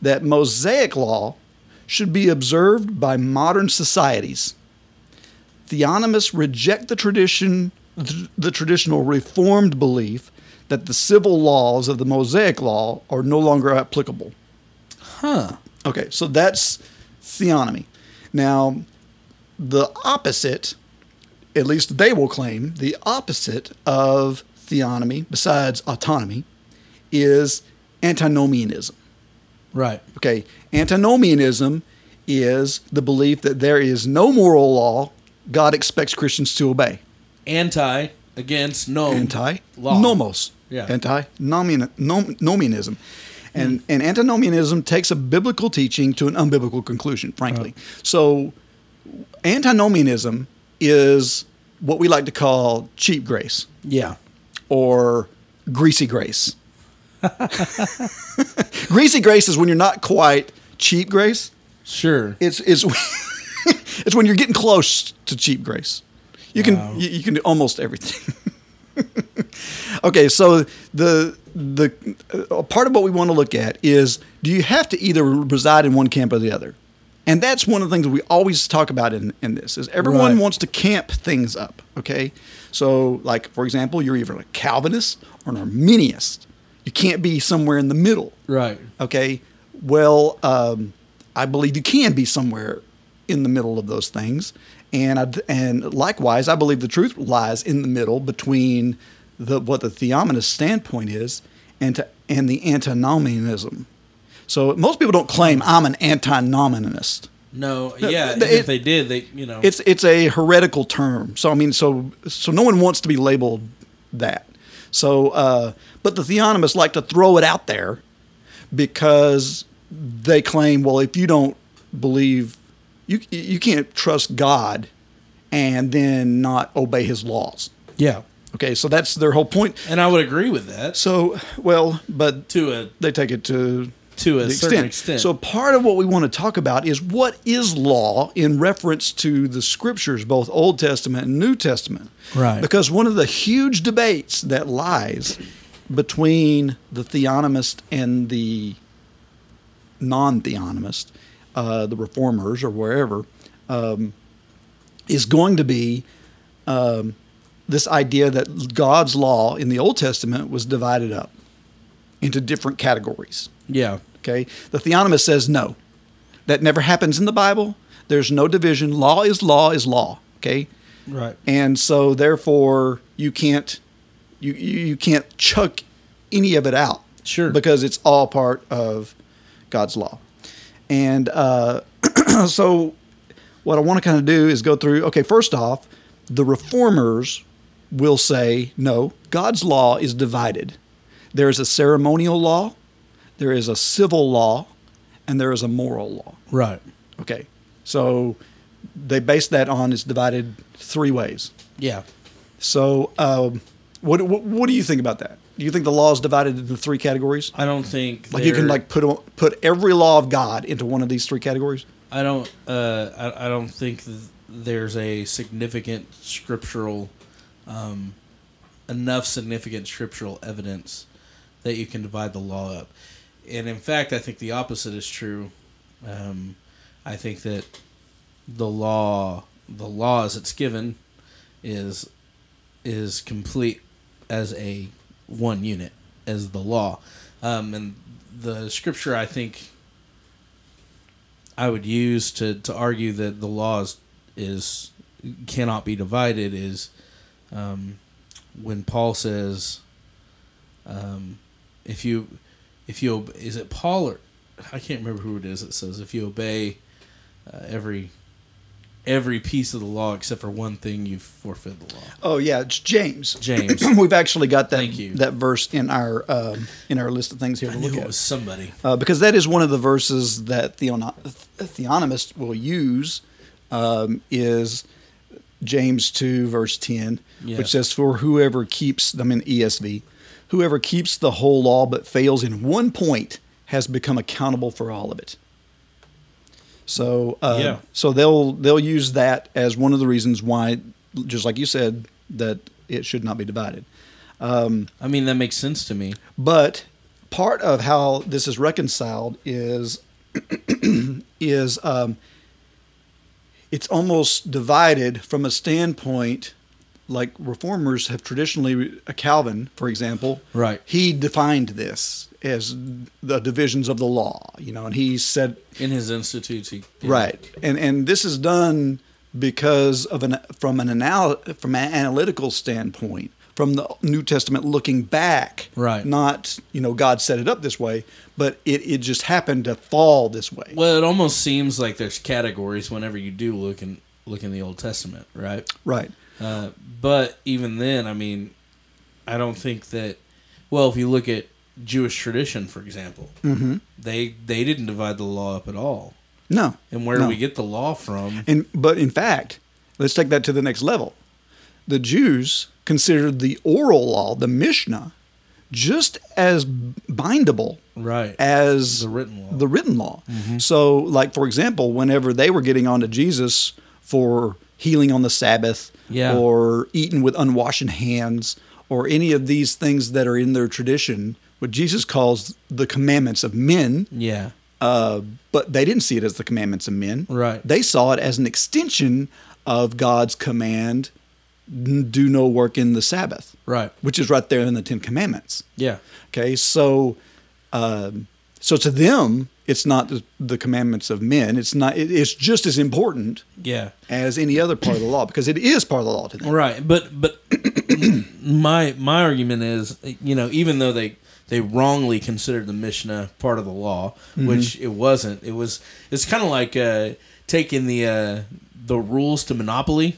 Speaker 1: that Mosaic law should be observed by modern societies. Theonomists reject the tradition, th- the traditional Reformed belief that the civil laws of the Mosaic law are no longer applicable. Huh. Okay, so that's theonomy. Now, the opposite, at least they will claim, the opposite of theonomy, besides autonomy, is antinomianism.
Speaker 2: Right.
Speaker 1: Okay, antinomianism is the belief that there is no moral law God expects Christians to obey.
Speaker 2: Anti against no
Speaker 1: Anti
Speaker 2: law.
Speaker 1: nomos.
Speaker 2: Yeah.
Speaker 1: Anti nomianism. And, and antinomianism takes a biblical teaching to an unbiblical conclusion, frankly.
Speaker 2: Uh-huh.
Speaker 1: So, antinomianism is what we like to call cheap grace
Speaker 2: Yeah.
Speaker 1: or greasy grace. greasy grace is when you're not quite cheap grace.
Speaker 2: Sure.
Speaker 1: It's it's it's when you're getting close to cheap grace. You can you, you can do almost everything. okay, so the the uh, part of what we want to look at is do you have to either reside in one camp or the other? And that's one of the things we always talk about in, in this is everyone
Speaker 2: Right.
Speaker 1: wants to camp things up. Okay, so like for example, you're either a Calvinist or an Arminianist. You can't be somewhere in the middle.
Speaker 2: right.
Speaker 1: Okay. Well, um, I believe you can be somewhere in the middle of those things, and I, and likewise, I believe the truth lies in the middle between the what the theonomist standpoint is and to, and the antinomianism. So most people don't claim I'm an antinomianist.
Speaker 2: No. Yeah.
Speaker 1: the-
Speaker 2: and if
Speaker 1: it-
Speaker 2: they did, they you know.
Speaker 1: It's it's a heretical term. So I mean, so so no one wants to be labeled that. So, uh, but the theonomists like to throw it out there because they claim, well, if you don't believe, you you can't trust God and then not obey His laws.
Speaker 2: yeah.
Speaker 1: Okay, so that's their whole point.
Speaker 2: And I would agree with that
Speaker 1: So, well, but
Speaker 2: to a
Speaker 1: they take it to
Speaker 2: to a
Speaker 1: the extent.
Speaker 2: certain extent.
Speaker 1: So part of what we want to talk about is what is law in reference to the scriptures, both Old Testament and New Testament.
Speaker 2: Right.
Speaker 1: Because one of the huge debates that lies between the theonomist and the non-theonomist, uh, the reformers or wherever, um, is going to be um, this idea that God's law in the Old Testament was divided up into different categories.
Speaker 2: yeah.
Speaker 1: Okay. The theonomist says no. That never happens in the Bible. There's no division. Law is law is law. Okay.
Speaker 2: Right.
Speaker 1: And so therefore you can't you you you can't chuck any of it out.
Speaker 2: Sure.
Speaker 1: Because it's all part of God's law. And uh, so what I want to kind of do is go through okay, first off, the reformers will say no, God's law is divided. There is a ceremonial law, there is a civil law, and there is a moral law.
Speaker 2: Right.
Speaker 1: Okay. So they base that on it's divided three ways.
Speaker 2: Yeah.
Speaker 1: So um, what, what what do you think about that? Do you think the law is divided into three categories?
Speaker 2: I don't think
Speaker 1: Like you can
Speaker 2: they're-
Speaker 1: like put a- put every law of God into one of these three categories?
Speaker 2: I don't. Uh, I, I don't think th- there's a significant scriptural, um, enough significant scriptural evidence that you can divide the law up. And in fact, I think the opposite is true. Um, I think that the law, the law as it's given, is is complete as a one unit as the law. Um, and the scripture I think I would use to, to argue that the law is, is cannot be divided is um, when Paul says, um, if you if you ob- is it Paul or I can't remember who it is that says if you obey uh, every every piece of the law except for one thing you forfeit the law.
Speaker 1: Oh yeah, it's James.
Speaker 2: James.
Speaker 1: We've actually got that
Speaker 2: Thank you.
Speaker 1: that verse in our um, in our list of things here to
Speaker 2: I
Speaker 1: look
Speaker 2: knew
Speaker 1: at.
Speaker 2: it was somebody.
Speaker 1: uh, because that is one of the verses that theono- theonomists will use um, is James 2 verse 10
Speaker 2: Yeah.
Speaker 1: which says for whoever keeps them in ESV whoever keeps the whole law but fails in one point has become accountable for all of it so uh,
Speaker 2: Yeah.
Speaker 1: so they'll they'll use that as one of the reasons why just like you said that it should not be divided
Speaker 2: I mean that makes sense to me.
Speaker 1: but part of how this is reconciled is is um, it's almost divided from a standpoint like reformers have traditionally uh, Calvin, for example,
Speaker 2: Right.
Speaker 1: He defined this as the divisions of the law, you know, and he said
Speaker 2: In his institutes, he, yeah.
Speaker 1: Right, and and this is done because of an from an anal, from an analytical standpoint, from the New Testament looking back.
Speaker 2: Right.
Speaker 1: Not you know God set it up this way, but it it just happened to fall this way.
Speaker 2: Well, it almost seems like there's categories whenever you do look in look in the Old Testament, right?
Speaker 1: Right.
Speaker 2: Uh, but even then, I mean, I don't think that. Well, if you look at Jewish tradition, for example, mm-hmm. they they didn't divide the law up at all.
Speaker 1: No.
Speaker 2: And where
Speaker 1: no.
Speaker 2: do we get the law from?
Speaker 1: And but in fact, let's take that to the next level. The Jews considered the oral law, the Mishnah, just as bindable
Speaker 2: Right.
Speaker 1: as
Speaker 2: The written law. Mm-hmm.
Speaker 1: the written law. So, like for example, whenever they were getting on to Jesus for healing on the Sabbath,
Speaker 2: Yeah.
Speaker 1: or eating with unwashing hands, or any of these things that are in their tradition, what Jesus calls the commandments of men,
Speaker 2: yeah.
Speaker 1: uh, but they didn't see it as the commandments of men.
Speaker 2: Right.
Speaker 1: They saw it as an extension of God's command: "N- do no work in the Sabbath,
Speaker 2: Right.
Speaker 1: which is right there in the Ten Commandments.
Speaker 2: Yeah.
Speaker 1: Okay, so um, so to them, it's not the, the commandments of men. It's not. It, it's just as important
Speaker 2: Yeah.
Speaker 1: as any other part of the law because it is part of the law to them.
Speaker 2: Right, but but my my argument is, you know, even though they they wrongly considered the Mishnah part of the law,
Speaker 1: Mm-hmm.
Speaker 2: which it wasn't. It was it's kind of like uh, taking the uh, the rules to Monopoly.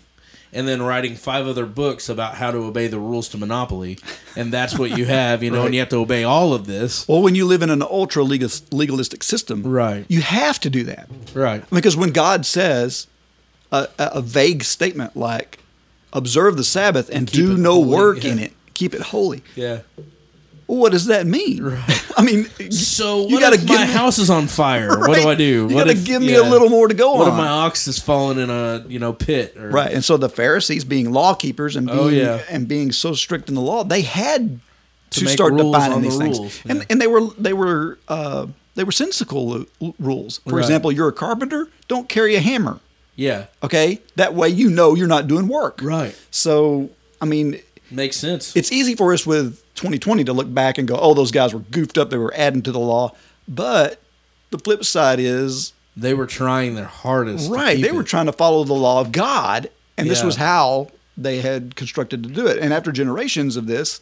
Speaker 2: And then writing five other books about how to obey the rules to Monopoly, and that's what you have, you know, and you have to obey all of this,
Speaker 1: Well, when you live in an ultra legalis- legalistic system,
Speaker 2: Right.
Speaker 1: you have to do that.
Speaker 2: right?
Speaker 1: Because when God says a, a a vague statement like "observe the Sabbath and do
Speaker 2: it
Speaker 1: no
Speaker 2: holy,"
Speaker 1: work
Speaker 2: yeah.
Speaker 1: in it, keep it holy,"
Speaker 2: Yeah.
Speaker 1: what does that mean? I mean,
Speaker 2: So what
Speaker 1: you got to
Speaker 2: if my house is on fire? What do I
Speaker 1: Right.
Speaker 2: do?
Speaker 1: You
Speaker 2: What
Speaker 1: gotta
Speaker 2: if-
Speaker 1: give me a little more to go
Speaker 2: what
Speaker 1: on.
Speaker 2: if my ox is falling in a you know pit? Or,
Speaker 1: Right. And so the Pharisees being law keepers and being
Speaker 2: Oh, yeah.
Speaker 1: and being so strict in the law, they had to,
Speaker 2: make
Speaker 1: start
Speaker 2: rules
Speaker 1: defining
Speaker 2: on the
Speaker 1: these things.
Speaker 2: rules, yeah.
Speaker 1: And and they were they were uh, they were sensical l- rules. For
Speaker 2: Right.
Speaker 1: example, you're a carpenter, don't carry a hammer.
Speaker 2: Yeah.
Speaker 1: Okay? That way you know you're not doing work.
Speaker 2: Right.
Speaker 1: So, I mean,
Speaker 2: Makes sense.
Speaker 1: it's easy for us with 2020 to look back and go, "Oh, those guys were goofed up. They were adding to the law." But the flip side is
Speaker 2: they were trying their hardest. to
Speaker 1: Right.
Speaker 2: keep
Speaker 1: They were
Speaker 2: it.
Speaker 1: trying to follow the law of God, and this
Speaker 2: Yeah.
Speaker 1: was how they had constructed to do it. And after generations of this,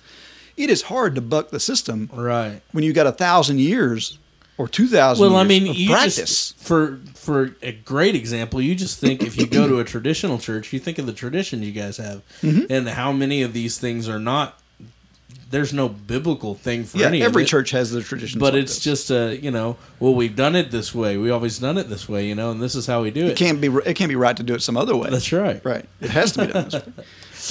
Speaker 1: it is hard to buck the system
Speaker 2: Right.
Speaker 1: when you got a thousand years or two thousand
Speaker 2: Well,
Speaker 1: years
Speaker 2: I mean,
Speaker 1: of
Speaker 2: you
Speaker 1: practice.
Speaker 2: just for for a great example, you just think if you go to a traditional church, you think of the tradition you guys have,
Speaker 1: Mm-hmm.
Speaker 2: and how many of these things are not. There's no biblical thing for
Speaker 1: yeah,
Speaker 2: any of
Speaker 1: every
Speaker 2: it.
Speaker 1: church has their traditions.
Speaker 2: But
Speaker 1: like
Speaker 2: it's
Speaker 1: this.
Speaker 2: just a you know, well, we've done it this way. We always done it this way, you know, and this is how we do it.
Speaker 1: it can't be it can't be right to do it some other way.
Speaker 2: That's right.
Speaker 1: Right. It has to be done this way.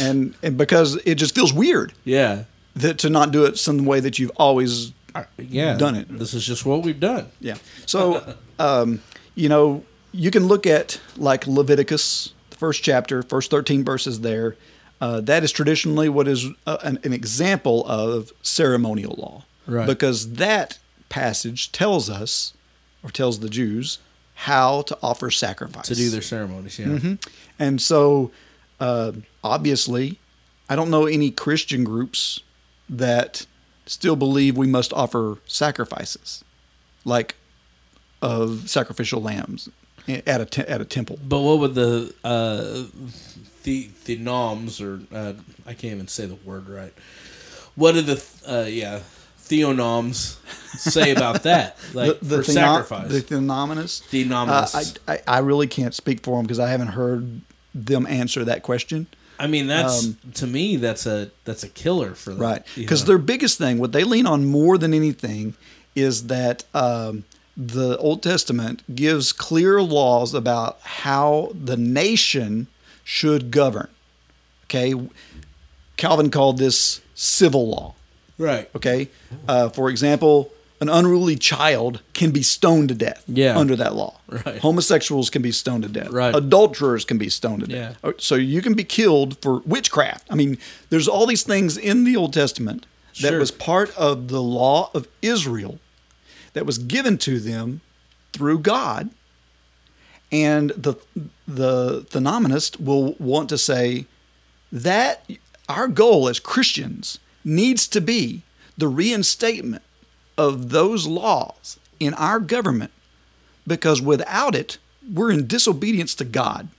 Speaker 1: And and because it just feels weird
Speaker 2: Yeah.
Speaker 1: that to not do it some way that you've always
Speaker 2: Yeah.
Speaker 1: done it.
Speaker 2: This is just what we've done.
Speaker 1: Yeah. So, um, you know, you can look at like Leviticus, the first chapter, first 13 verses there. Uh, that is traditionally what is uh an, an example of ceremonial law.
Speaker 2: Right.
Speaker 1: Because that passage tells us, or tells the Jews, how to offer sacrifice.
Speaker 2: To do their ceremonies, yeah.
Speaker 1: Mm-hmm. And so, uh, obviously, I don't know any Christian groups that still believe we must offer sacrifices, like of sacrificial lambs at a te- at a temple.
Speaker 2: But what would the uh, the the noms or uh, I can't even say the word right? What do the uh, yeah theonoms say about that? Like
Speaker 1: the, the
Speaker 2: for
Speaker 1: theno-
Speaker 2: sacrifice,
Speaker 1: the theonomists. Uh,
Speaker 2: theonomists.
Speaker 1: I, I I really can't speak for them because I haven't heard them answer that question.
Speaker 2: I, mean, that's to me that's a that's a killer for that.
Speaker 1: um, Right.
Speaker 2: you
Speaker 1: Because
Speaker 2: know?
Speaker 1: their biggest thing, what they lean on more than anything, is that um, the Old Testament gives clear laws about how the nation should govern. Okay. Calvin called this civil law.
Speaker 2: right.
Speaker 1: Okay. Uh, for example, an unruly child can be stoned to death
Speaker 2: Yeah.
Speaker 1: under that law.
Speaker 2: Right.
Speaker 1: Homosexuals can be stoned to death.
Speaker 2: Right.
Speaker 1: Adulterers can be stoned to death.
Speaker 2: Yeah.
Speaker 1: Uh, So you can be killed for witchcraft. I mean, there's all these things in the Old Testament that
Speaker 2: Sure.
Speaker 1: was part of the law of Israel that was given to them through God. And the the phenomenist will want to say that our goal as Christians needs to be the reinstatement of those laws in our government because without it we're in disobedience to God.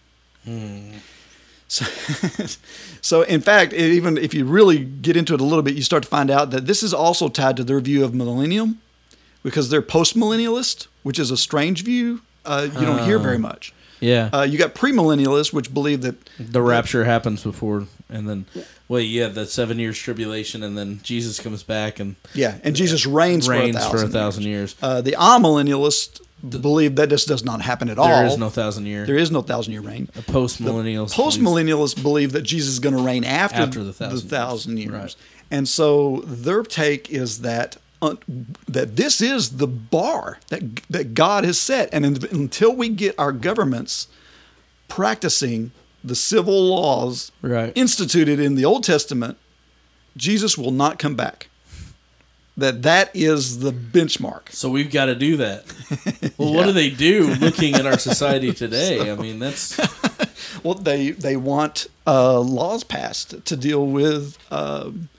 Speaker 1: So, so in fact, it even if you really get into it a little bit, you start to find out that this is also tied to their view of millennium, because they're post-millennialist, which is a strange view uh, you don't hear
Speaker 2: Ah.
Speaker 1: very much.
Speaker 2: Yeah.
Speaker 1: Uh, you got premillennialists, which believe that
Speaker 2: the rapture happens before, and then well, yeah, the seven years tribulation, and then Jesus comes back and
Speaker 1: yeah, and Jesus reigns,
Speaker 2: reigns
Speaker 1: for a
Speaker 2: for a
Speaker 1: thousand.
Speaker 2: thousand years.
Speaker 1: Uh, the amillennialists believe that this does not happen at all.
Speaker 2: There is no thousand year.
Speaker 1: There is no thousand-year reign.
Speaker 2: Post millennials.
Speaker 1: Post millennialists believe that Jesus is going to reign after,
Speaker 2: After the thousand years.
Speaker 1: thousand years,
Speaker 2: Right.
Speaker 1: and so their take is that uh, that this is the bar that that God has set, and un- until we get our governments practicing the civil laws
Speaker 2: Right.
Speaker 1: instituted in the Old Testament, Jesus will not come back. That that is the benchmark.
Speaker 2: So we've got to do that. Well, what do they do looking at our society today? I mean, that's
Speaker 1: Well, they they want uh, laws passed to deal with um,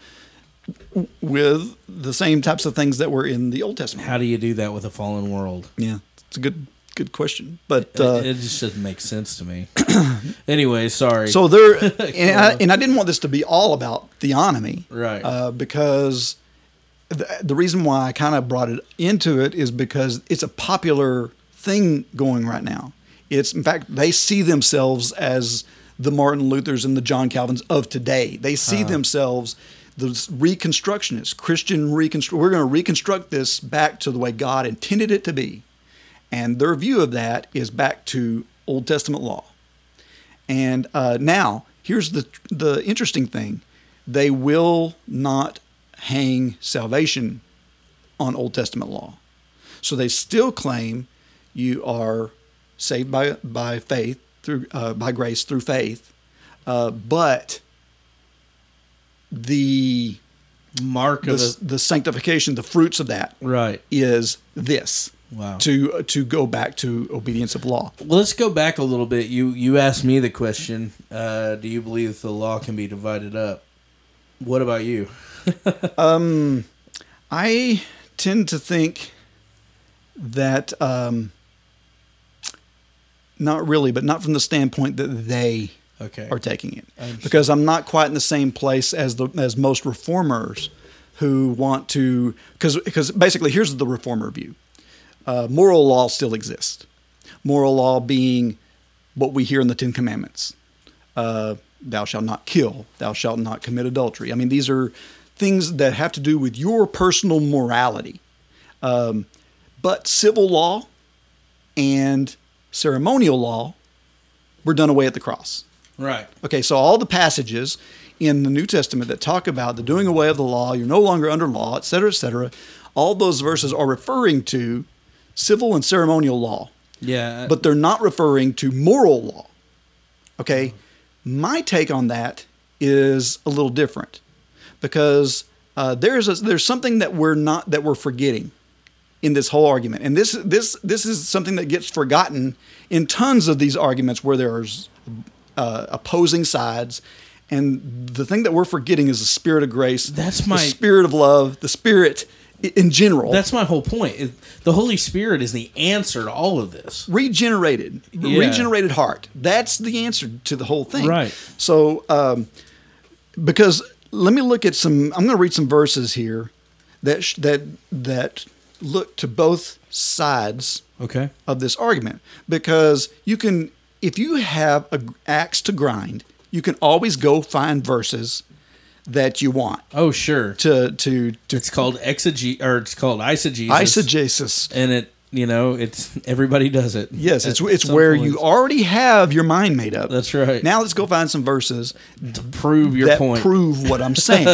Speaker 1: w- with the same types of things that were in the Old Testament.
Speaker 2: how do you do that with a fallen world?
Speaker 1: Yeah, it's a good good question, but
Speaker 2: It,
Speaker 1: uh,
Speaker 2: it just doesn't make sense to me. anyway, sorry.
Speaker 1: so there and I, and I didn't want this to be all about theonomy,
Speaker 2: Right.
Speaker 1: Uh, because the, the reason why I kind of brought it into it is because it's a popular thing going right now. It's in fact they see themselves as the Martin Luther's and the John Calvins of today. They see
Speaker 2: Uh-huh.
Speaker 1: themselves the reconstructionists, Christian reconstruct. We're going to reconstruct this back to the way God intended it to be, and their view of that is back to Old Testament law. And uh, now, here's the the interesting thing: they will not hang salvation on Old Testament law. So they still claim you are saved by by faith through uh, by grace through faith, uh, but the
Speaker 2: Mark
Speaker 1: the,
Speaker 2: of the,
Speaker 1: the sanctification, the fruits of that,
Speaker 2: right.
Speaker 1: is this
Speaker 2: Wow.
Speaker 1: to to go back to obedience of law.
Speaker 2: Well, let's go back a little bit. You you asked me the question. Uh, do you believe the law can be divided up? What about you?
Speaker 1: I tend to think that um, not really, but not from the standpoint that they
Speaker 2: Okay.
Speaker 1: are taking it, because I'm not quite in the same place as the as most reformers who want to because because basically here's the reformer view: uh, moral law still exists. Moral law being what we hear in the Ten Commandments uh, thou shalt not kill, thou shalt not commit adultery. I mean, these are things that have to do with your personal morality. Um, but civil law and ceremonial law were done away at the cross.
Speaker 2: Right.
Speaker 1: Okay, so all the passages in the New Testament that talk about the doing away of the law, you're no longer under law, et cetera, et cetera, all those verses are referring to civil and ceremonial law
Speaker 2: Yeah.
Speaker 1: but they're not referring to moral law. Okay? My take on that is a little different because uh, there's a, there's something that we're not that we're forgetting in this whole argument, and this this this is something that gets forgotten in tons of these arguments where there's uh, opposing sides, And the thing that we're forgetting is the spirit of grace.
Speaker 2: That's
Speaker 1: the
Speaker 2: my-
Speaker 1: spirit of love. The spirit i- in general.
Speaker 2: That's my whole point. It- The Holy Spirit is the answer to all of this.
Speaker 1: regenerated,
Speaker 2: Yeah.
Speaker 1: regenerated heart. That's the answer to the whole thing.
Speaker 2: Right.
Speaker 1: So, um, because let me look at some. I'm going to read some verses here that sh- that that look to both sides
Speaker 2: Okay.
Speaker 1: of this argument because you can if you have a axe to grind, you can always go find verses that you want
Speaker 2: Oh, sure.
Speaker 1: to to to
Speaker 2: It's called exege or it's called eisegesis.
Speaker 1: eisegesis.
Speaker 2: And it, you know, it's everybody does it.
Speaker 1: Yes, it's
Speaker 2: At
Speaker 1: it's
Speaker 2: some
Speaker 1: where
Speaker 2: point.
Speaker 1: you already have your mind made up.
Speaker 2: That's right.
Speaker 1: Now let's go find some verses
Speaker 2: prove your
Speaker 1: that
Speaker 2: point.
Speaker 1: prove what I'm saying.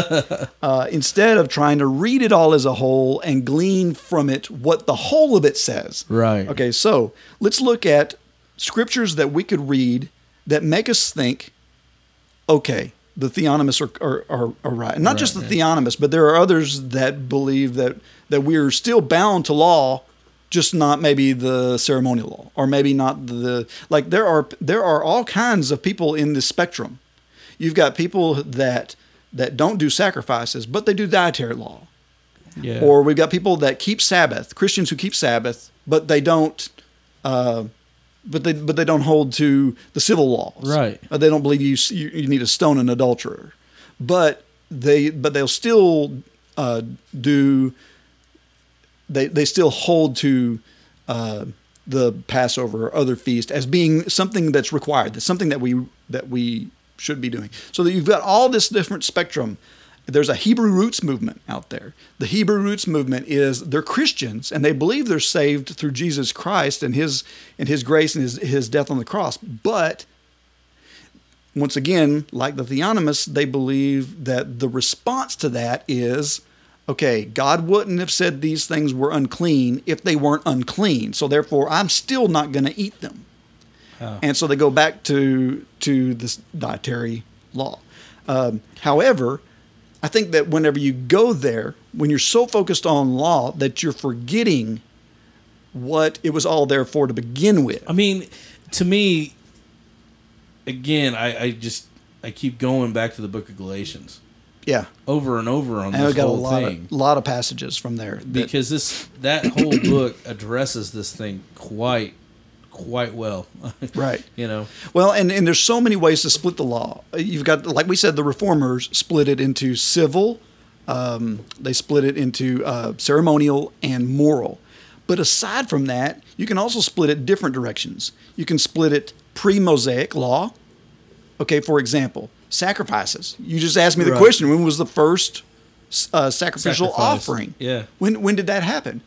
Speaker 1: uh, instead of trying to read it all as a whole and glean from it what the whole of it says.
Speaker 2: Right.
Speaker 1: Okay, so let's look at scriptures that we could read that make us think, okay, the theonomists are, are, are, are right. And not just the theonomists, but there are others that believe that, that we're still bound to law, just not maybe the ceremonial law, or maybe not the like. There are there are all kinds of people in this spectrum. You've got people that that don't do sacrifices, but they do dietary law.
Speaker 2: yeah.
Speaker 1: Or we've got people that keep Sabbath, Christians who keep Sabbath, but they don't, uh, but they but they don't hold to the civil laws.
Speaker 2: Right.
Speaker 1: Uh, they don't believe you s- you, you need to stone an adulterer, but they but they'll still uh, do. They they still hold to. Uh, the Passover or other feast as being something that's required, that's something that we that we should be doing. So that you've got all this different spectrum. There's a Hebrew roots movement out there. The Hebrew roots movement is they're Christians and they believe they're saved through Jesus Christ and his and his grace and his, his death on the cross. But once again, like the Theonomists, they believe that the response to that is okay, God wouldn't have said these things were unclean if they weren't unclean. So therefore, I'm still not going to eat them.
Speaker 2: Oh.
Speaker 1: And so they go back to to this dietary law. Um, however, I think that whenever you go there, when you're so focused on law that you're forgetting what it was all there for to begin with.
Speaker 2: I mean, to me, again, I, I just I keep going back to the Book of Galatians
Speaker 1: Yeah,
Speaker 2: over and over on
Speaker 1: and
Speaker 2: this
Speaker 1: I've got a
Speaker 2: whole
Speaker 1: lot
Speaker 2: thing
Speaker 1: of, lot of passages from there. that-
Speaker 2: because this that whole book addresses this thing quite quite well.
Speaker 1: Right.
Speaker 2: you know.
Speaker 1: Well, and, and there's so many ways to split the law. You've got, like we said, the reformers split it into civil, um, they split it into uh, ceremonial and moral. But aside from that, you can also split it different directions. You can split it pre Mosaic law. Okay, for example, sacrifices. You just asked me the
Speaker 2: Right.
Speaker 1: question when was the first uh, sacrificial
Speaker 2: Sacrifice.
Speaker 1: offering?
Speaker 2: Yeah.
Speaker 1: When, when did that happen?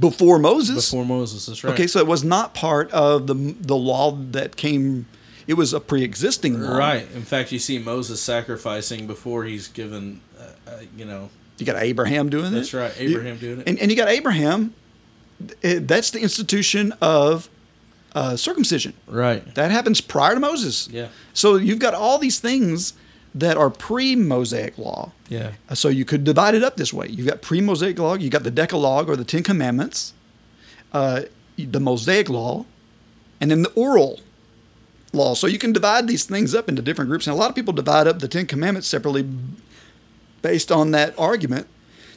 Speaker 1: Before Moses.
Speaker 2: Before Moses, that's right.
Speaker 1: Okay, so it was not part of the the law that came. It was a pre-existing law.
Speaker 2: right. In fact, you see Moses sacrificing before he's given, uh, uh, you know,
Speaker 1: You got Abraham doing
Speaker 2: That's
Speaker 1: it.
Speaker 2: right,
Speaker 1: You-
Speaker 2: Abraham doing it.
Speaker 1: And, and you got Abraham. eh, That's the institution of uh, circumcision.
Speaker 2: right.
Speaker 1: That happens prior to Moses.
Speaker 2: Yeah.
Speaker 1: So you've got all these things that are pre-Mosaic law. Uh,
Speaker 2: Yeah.
Speaker 1: So you could divide it up this way. You've got pre-Mosaic law, you got the Decalogue or the Ten Commandments, uh, the Mosaic law, and then the oral law. So you can divide these things up into different groups. And a lot of people divide up the Ten Commandments separately based on that argument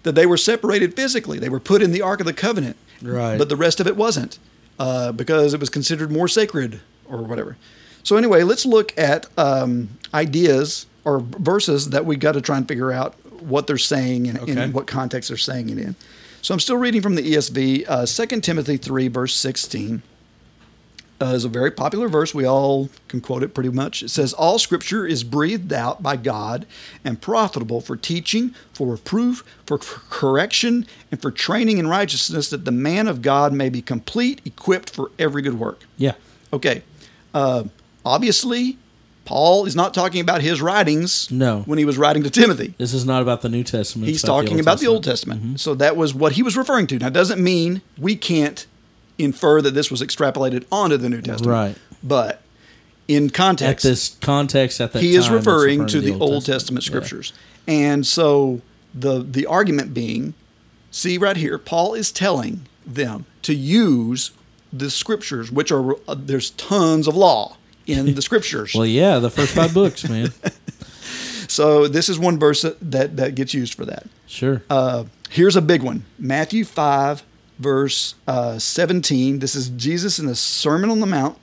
Speaker 1: that they were separated physically. They were put in the Ark of the Covenant,
Speaker 2: Right.
Speaker 1: but the rest of it wasn't uh, because it was considered more sacred or whatever. So anyway, let's look at um, ideas or verses that we got to try and figure out what they're saying and,
Speaker 2: Okay.
Speaker 1: and what context they're saying it in. So I'm still reading from the ESV, uh, 2 Timothy 3, verse 16 uh, is a very popular verse. We all can quote it pretty much. It says, All scripture is breathed out by God and profitable for teaching, for reproof, for c- correction, and for training in righteousness, that the man of God may be complete, equipped for every good work.
Speaker 2: Yeah.
Speaker 1: Okay. Uh, obviously, Paul is not talking about his writings
Speaker 2: No.
Speaker 1: when he was writing to Timothy.
Speaker 2: This is not about the New Testament. it's
Speaker 1: He's talking about the Old Testament. Mm-hmm. So that was what he was referring to. Now, it doesn't mean we can't infer that this was extrapolated onto the New Testament.
Speaker 2: Right.
Speaker 1: But in
Speaker 2: At
Speaker 1: context,
Speaker 2: this context, at that
Speaker 1: he
Speaker 2: time,
Speaker 1: is
Speaker 2: it's
Speaker 1: referring to the, Old Testament, scriptures. And so the the argument being, see right here, Paul is telling them to use the scriptures, which are uh, there's tons of law in the scriptures.
Speaker 2: Yeah. Well, yeah, the first five books, man.
Speaker 1: So this is one verse that that gets used for that.
Speaker 2: Sure.
Speaker 1: Uh, here's a big one Matthew 5, verse uh, 17. This is Jesus in the Sermon on the Mount.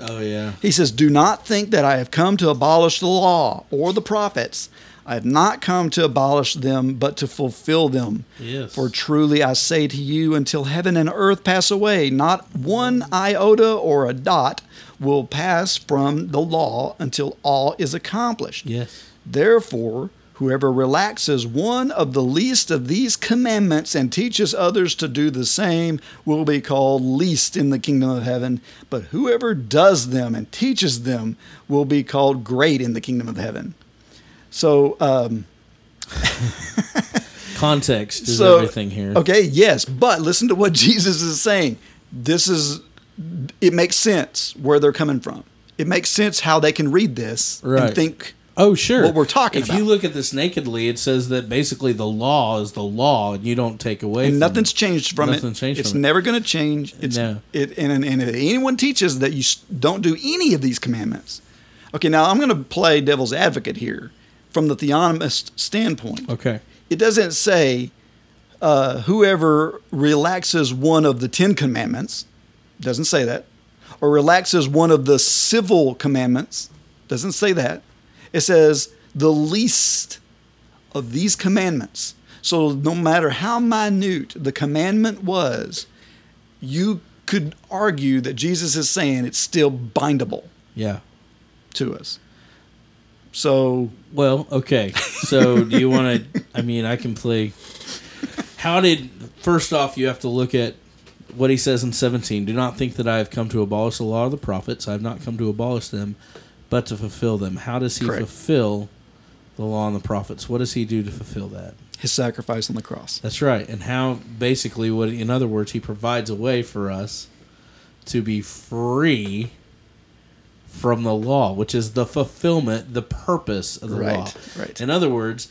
Speaker 2: oh yeah.
Speaker 1: He says, Do not think that I have come to abolish the law or the prophets. I have not come to abolish them, but to fulfill them.
Speaker 2: Yes.
Speaker 1: For truly I say to you, until heaven and earth pass away, not one iota or a dot will pass from the law until all is accomplished.
Speaker 2: Yes.
Speaker 1: Therefore, whoever relaxes one of the least of these commandments and teaches others to do the same will be called least in the kingdom of heaven, but whoever does them and teaches them will be called great in the kingdom of heaven. So, um,
Speaker 2: Context is
Speaker 1: so
Speaker 2: everything here.
Speaker 1: Okay, yes, but listen to what Jesus is saying. This is it makes sense where they're coming from. It makes sense how they can read this
Speaker 2: Right.
Speaker 1: and think
Speaker 2: Oh, sure.
Speaker 1: what we're talking
Speaker 2: if
Speaker 1: about.
Speaker 2: you look at this nakedly, it says that basically the law is the law, and you don't take away.
Speaker 1: and
Speaker 2: from
Speaker 1: nothing's
Speaker 2: it.
Speaker 1: changed from
Speaker 2: Nothing's
Speaker 1: it.
Speaker 2: changed
Speaker 1: it's
Speaker 2: from it.
Speaker 1: never going to change. It's
Speaker 2: No.
Speaker 1: it, and, and and if anyone teaches that you s- don't do any of these commandments, okay. Now I'm going to play devil's advocate here from the theonomist standpoint.
Speaker 2: Okay.
Speaker 1: It doesn't say uh, whoever relaxes one of the Ten Commandments doesn't say that, or relaxes one of the civil commandments doesn't say that. It says the least of these commandments. So no matter how minute the commandment was, you could argue that Jesus is saying it's still bindable
Speaker 2: Yeah.
Speaker 1: to us. So
Speaker 2: Well, okay. So, do you want to? I mean, I can play. How did? First off, you have to look at what he says in seventeen. Do not think that I have come to abolish the law of the prophets. I have not come to abolish them, but to fulfill them. How does he
Speaker 1: Correct.
Speaker 2: fulfill the law and the prophets? What does he do to fulfill that?
Speaker 1: his sacrifice on the cross.
Speaker 2: That's right. And how basically what in other words he provides a way for us to be free from the law, which is the fulfillment, the purpose of the
Speaker 1: Right,
Speaker 2: law.
Speaker 1: right.
Speaker 2: In other words,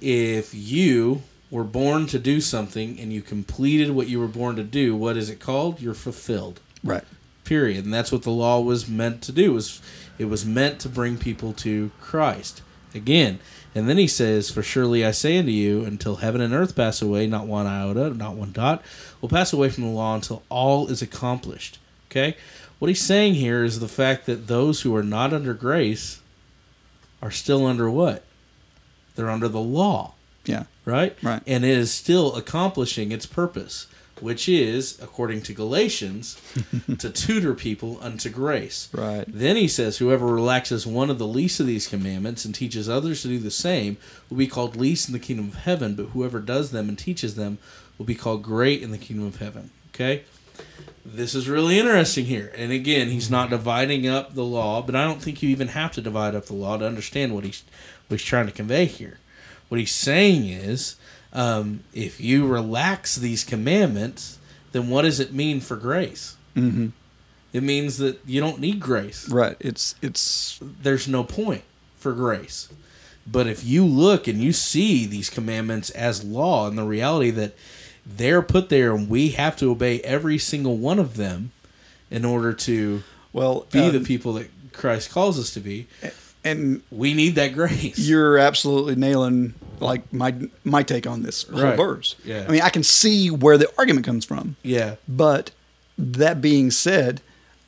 Speaker 2: if you were born to do something and you completed what you were born to do, what is it called? You're fulfilled
Speaker 1: Right.
Speaker 2: period and that's what the law was meant to do was it was meant to bring people to christ again and then he says for surely i say unto you until heaven and earth pass away not one iota not one dot will pass away from the law until all is accomplished okay what he's saying here is the fact that those who are not under grace are still under what they're under the law
Speaker 1: Yeah.
Speaker 2: right?
Speaker 1: Right.
Speaker 2: And it is still accomplishing its purpose, which is, according to Galatians, to tutor people unto grace.
Speaker 1: Right.
Speaker 2: Then he says, Whoever relaxes one of the least of these commandments and teaches others to do the same will be called least in the kingdom of heaven, but whoever does them and teaches them will be called great in the kingdom of heaven. Okay? This is really interesting here. And again, he's not dividing up the law, but I don't think you even have to divide up the law to understand what he's, what he's trying to convey here. What he's saying is um, if you relax these commandments, then what does it mean for grace? Mm-hmm. It means that you don't need grace
Speaker 1: Right. It's it's
Speaker 2: there's no point for grace. But if you look and you see these commandments as law and the reality that they're put there and we have to obey every single one of them in order to
Speaker 1: well
Speaker 2: be
Speaker 1: uh,
Speaker 2: the people that Christ calls us to be,
Speaker 1: and
Speaker 2: we need that grace.
Speaker 1: you're absolutely nailing like my my take on this whole
Speaker 2: Right.
Speaker 1: verse.
Speaker 2: Yeah.
Speaker 1: I mean, I can see where the argument comes from.
Speaker 2: yeah.
Speaker 1: But that being said,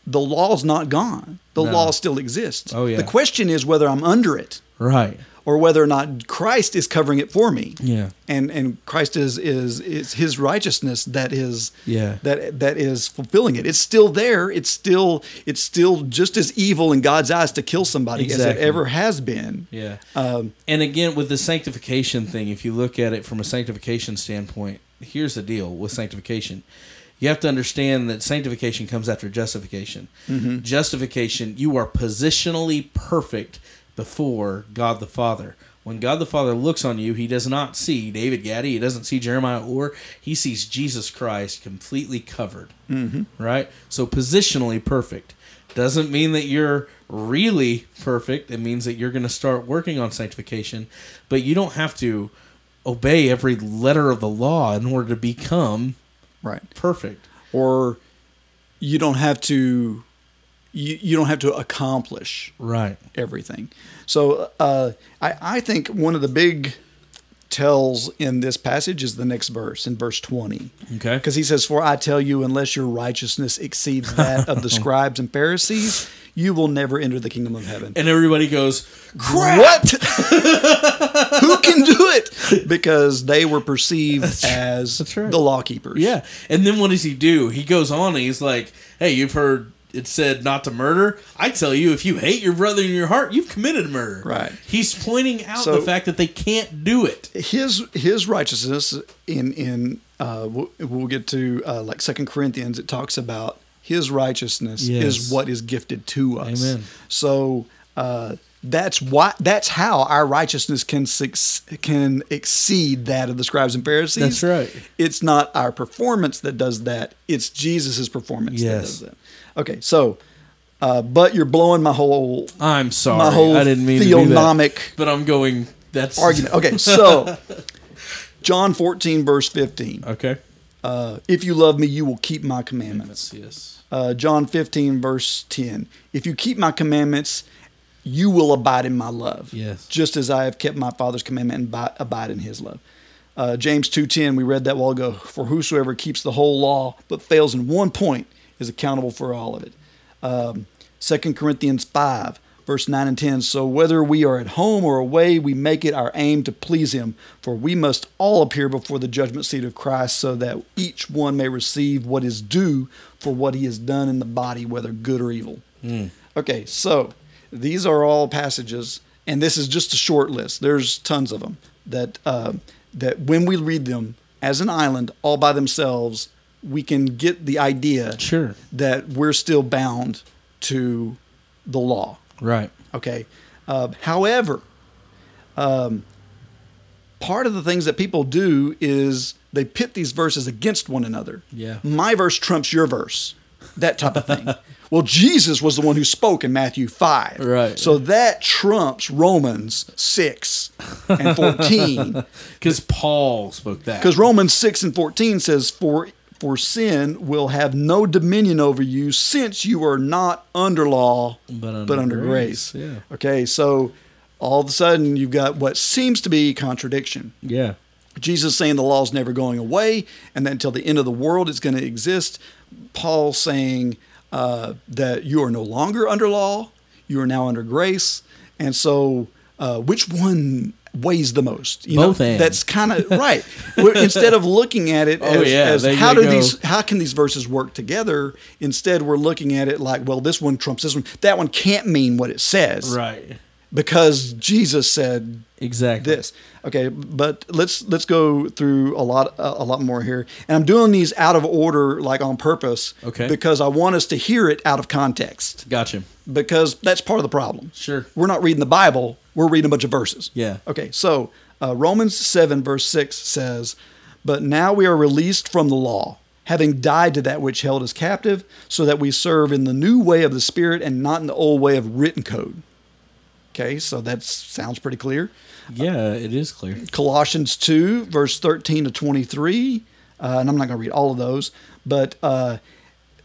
Speaker 1: the law's not gone. The
Speaker 2: No.
Speaker 1: law still exists.
Speaker 2: Oh, yeah.
Speaker 1: The question is whether I'm under it
Speaker 2: Right.
Speaker 1: or whether or not Christ is covering it for me.
Speaker 2: Yeah.
Speaker 1: And and Christ is is is his righteousness that is
Speaker 2: Yeah.
Speaker 1: that that is fulfilling it. It's still there. It's still it's still just as evil in God's eyes to kill somebody as it
Speaker 2: Exactly.
Speaker 1: ever has been.
Speaker 2: Yeah.
Speaker 1: Um,
Speaker 2: and again, with the sanctification thing, if you look at it from a sanctification standpoint, here's the deal with sanctification. You have to understand that sanctification comes after justification. Justification, you are positionally perfect before God the Father. When God the Father looks on you, he does not see David Gaddy, he doesn't see Jeremiah Orr, he sees Jesus Christ completely covered. Mm-hmm. Right? So, positionally perfect doesn't mean that you're really perfect. It means that you're going to start working on sanctification, but you don't have to obey every letter of the law in order to become
Speaker 1: Right.
Speaker 2: perfect.
Speaker 1: or you don't have to you, you don't have to accomplish
Speaker 2: Right.
Speaker 1: everything. So uh, I, I think one of the big tells in this passage is the next verse, in verse 20.
Speaker 2: Okay.
Speaker 1: Because he says, For I tell you, unless your righteousness exceeds that of the scribes and Pharisees, you will never enter the kingdom of heaven.
Speaker 2: And everybody goes, crap.
Speaker 1: What? Who can do it? Because they were perceived as the law keepers.
Speaker 2: Yeah. And then what does he do? He goes on and he's like, hey, you've heard it said not to murder. I tell you, if you hate your brother in your heart, you've committed murder.
Speaker 1: Right.
Speaker 2: He's pointing out
Speaker 1: So-
Speaker 2: the fact that they can't do it.
Speaker 1: his his righteousness in in uh, we'll, we'll get to uh, like Second Corinthians. It talks about his righteousness
Speaker 2: Yes.
Speaker 1: is what is gifted to us.
Speaker 2: Amen.
Speaker 1: So uh, that's why that's how our righteousness can suc- can exceed that of the scribes and Pharisees.
Speaker 2: That's right.
Speaker 1: It's not our performance that does that. It's Jesus's performance that
Speaker 2: Yes.
Speaker 1: does that. Okay, so. Uh, but you're blowing my whole
Speaker 2: I'm sorry.
Speaker 1: my whole
Speaker 2: I didn't mean
Speaker 1: theonomic
Speaker 2: to do that. But I'm going, that's.
Speaker 1: argument. Okay, so John 14, verse 15.
Speaker 2: Okay.
Speaker 1: Uh, if you love me, you will keep my commandments.
Speaker 2: Yes.
Speaker 1: Uh, John 15, verse 10. If you keep my commandments, you will abide in my love.
Speaker 2: Yes.
Speaker 1: Just as I have kept my Father's commandment and bi- abide in his love. Uh, James 2.10, we read that while ago. For whosoever keeps the whole law but fails in one point is accountable for all of it. Um, 2 Corinthians 5, verse 9 and 10. So whether we are at home or away, we make it our aim to please him, for we must all appear before the judgment seat of Christ, so that each one may receive what is due for what he has done in the body, whether good or evil. Okay, so these are all passages, and this is just a short list. There's tons of them that uh, that when we read them as an island all by themselves, we can get the idea
Speaker 2: Sure.
Speaker 1: that we're still bound to the law.
Speaker 2: Right.
Speaker 1: Okay. Uh, however, um, part of the things that people do is they pit these verses against one another.
Speaker 2: Yeah.
Speaker 1: My verse trumps your verse, that type of thing. well, Jesus was the one who spoke in Matthew 5.
Speaker 2: Right.
Speaker 1: So that trumps Romans 6 and 14.
Speaker 2: Because Paul spoke that.
Speaker 1: Because Romans 6 and 14 says, for, for sin will have no dominion over you since you are not under law,
Speaker 2: But under
Speaker 1: grace.
Speaker 2: grace, yeah.
Speaker 1: Okay, so all of a sudden you've got what seems to be contradiction.
Speaker 2: Yeah.
Speaker 1: Jesus saying the law's never going away and that until the end of the world it's going to exist. Paul saying uh, that you are no longer under law, you are now under grace. And so, uh, which one weighs the most? You
Speaker 2: Both and.
Speaker 1: That's kind of right. We're- Instead of looking at it
Speaker 2: Oh,
Speaker 1: as,
Speaker 2: yeah,
Speaker 1: as
Speaker 2: they-
Speaker 1: how
Speaker 2: they
Speaker 1: do
Speaker 2: go-
Speaker 1: these, how can these verses work together? Instead, we're looking at it like, well, this one trumps this one. That one can't mean what it says
Speaker 2: Right.
Speaker 1: because Jesus said
Speaker 2: Exactly.
Speaker 1: this. Okay, but let's let's go through a lot a, a lot more here. And I'm doing these out of order like on purpose
Speaker 2: Okay.
Speaker 1: because I want us to hear it out of context
Speaker 2: Gotcha.
Speaker 1: because that's part of the problem.
Speaker 2: Sure.
Speaker 1: We're not reading the Bible, we're reading a bunch of verses.
Speaker 2: Yeah.
Speaker 1: Okay, so uh, Romans 7, verse 6 says, But now we are released from the law, having died to that which held us captive, so that we serve in the new way of the Spirit and not in the old way of written code. Okay, so that sounds pretty clear.
Speaker 2: Yeah, it is clear.
Speaker 1: Colossians 2, verse 13 to 23. Uh, and I'm not going to read all of those, but uh,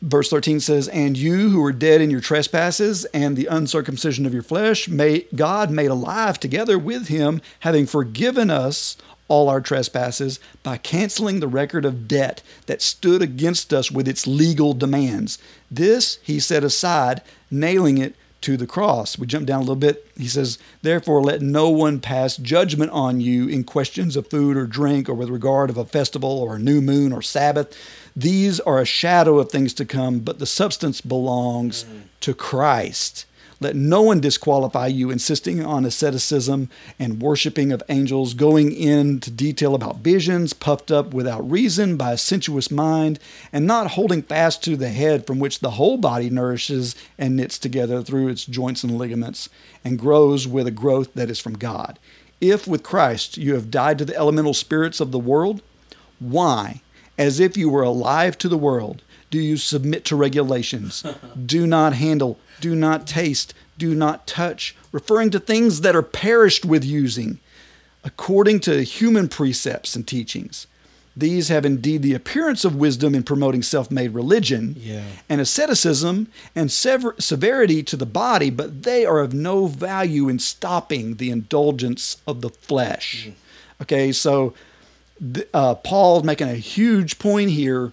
Speaker 1: verse 13 says, And you who were dead in your trespasses and the uncircumcision of your flesh, may, God made alive together with him, having forgiven us all our trespasses by canceling the record of debt that stood against us with its legal demands. This he set aside, nailing it to the cross. We jump down a little bit. He says, Therefore, let no one pass judgment on you in questions of food or drink, or with regard of a festival or a new moon or Sabbath. These are a shadow of things to come, but the substance belongs to Christ. Let no one disqualify you, insisting on asceticism and worshiping of angels, going into detail about visions, puffed up without reason by a sensuous mind, and not holding fast to the head from which the whole body nourishes and knits together through its joints and ligaments, and grows with a growth that is from God. If with Christ you have died to the elemental spirits of the world, why, as if you were alive to the world, do you submit to regulations? do not handle, do not taste, do not touch, referring to things that are perished with using, according to human precepts and teachings. These have indeed the appearance of wisdom in promoting self made religion
Speaker 2: Yeah.
Speaker 1: and asceticism and sever- severity to the body, but they are of no value in stopping the indulgence of the flesh. Okay, so th- uh, Paul's making a huge point here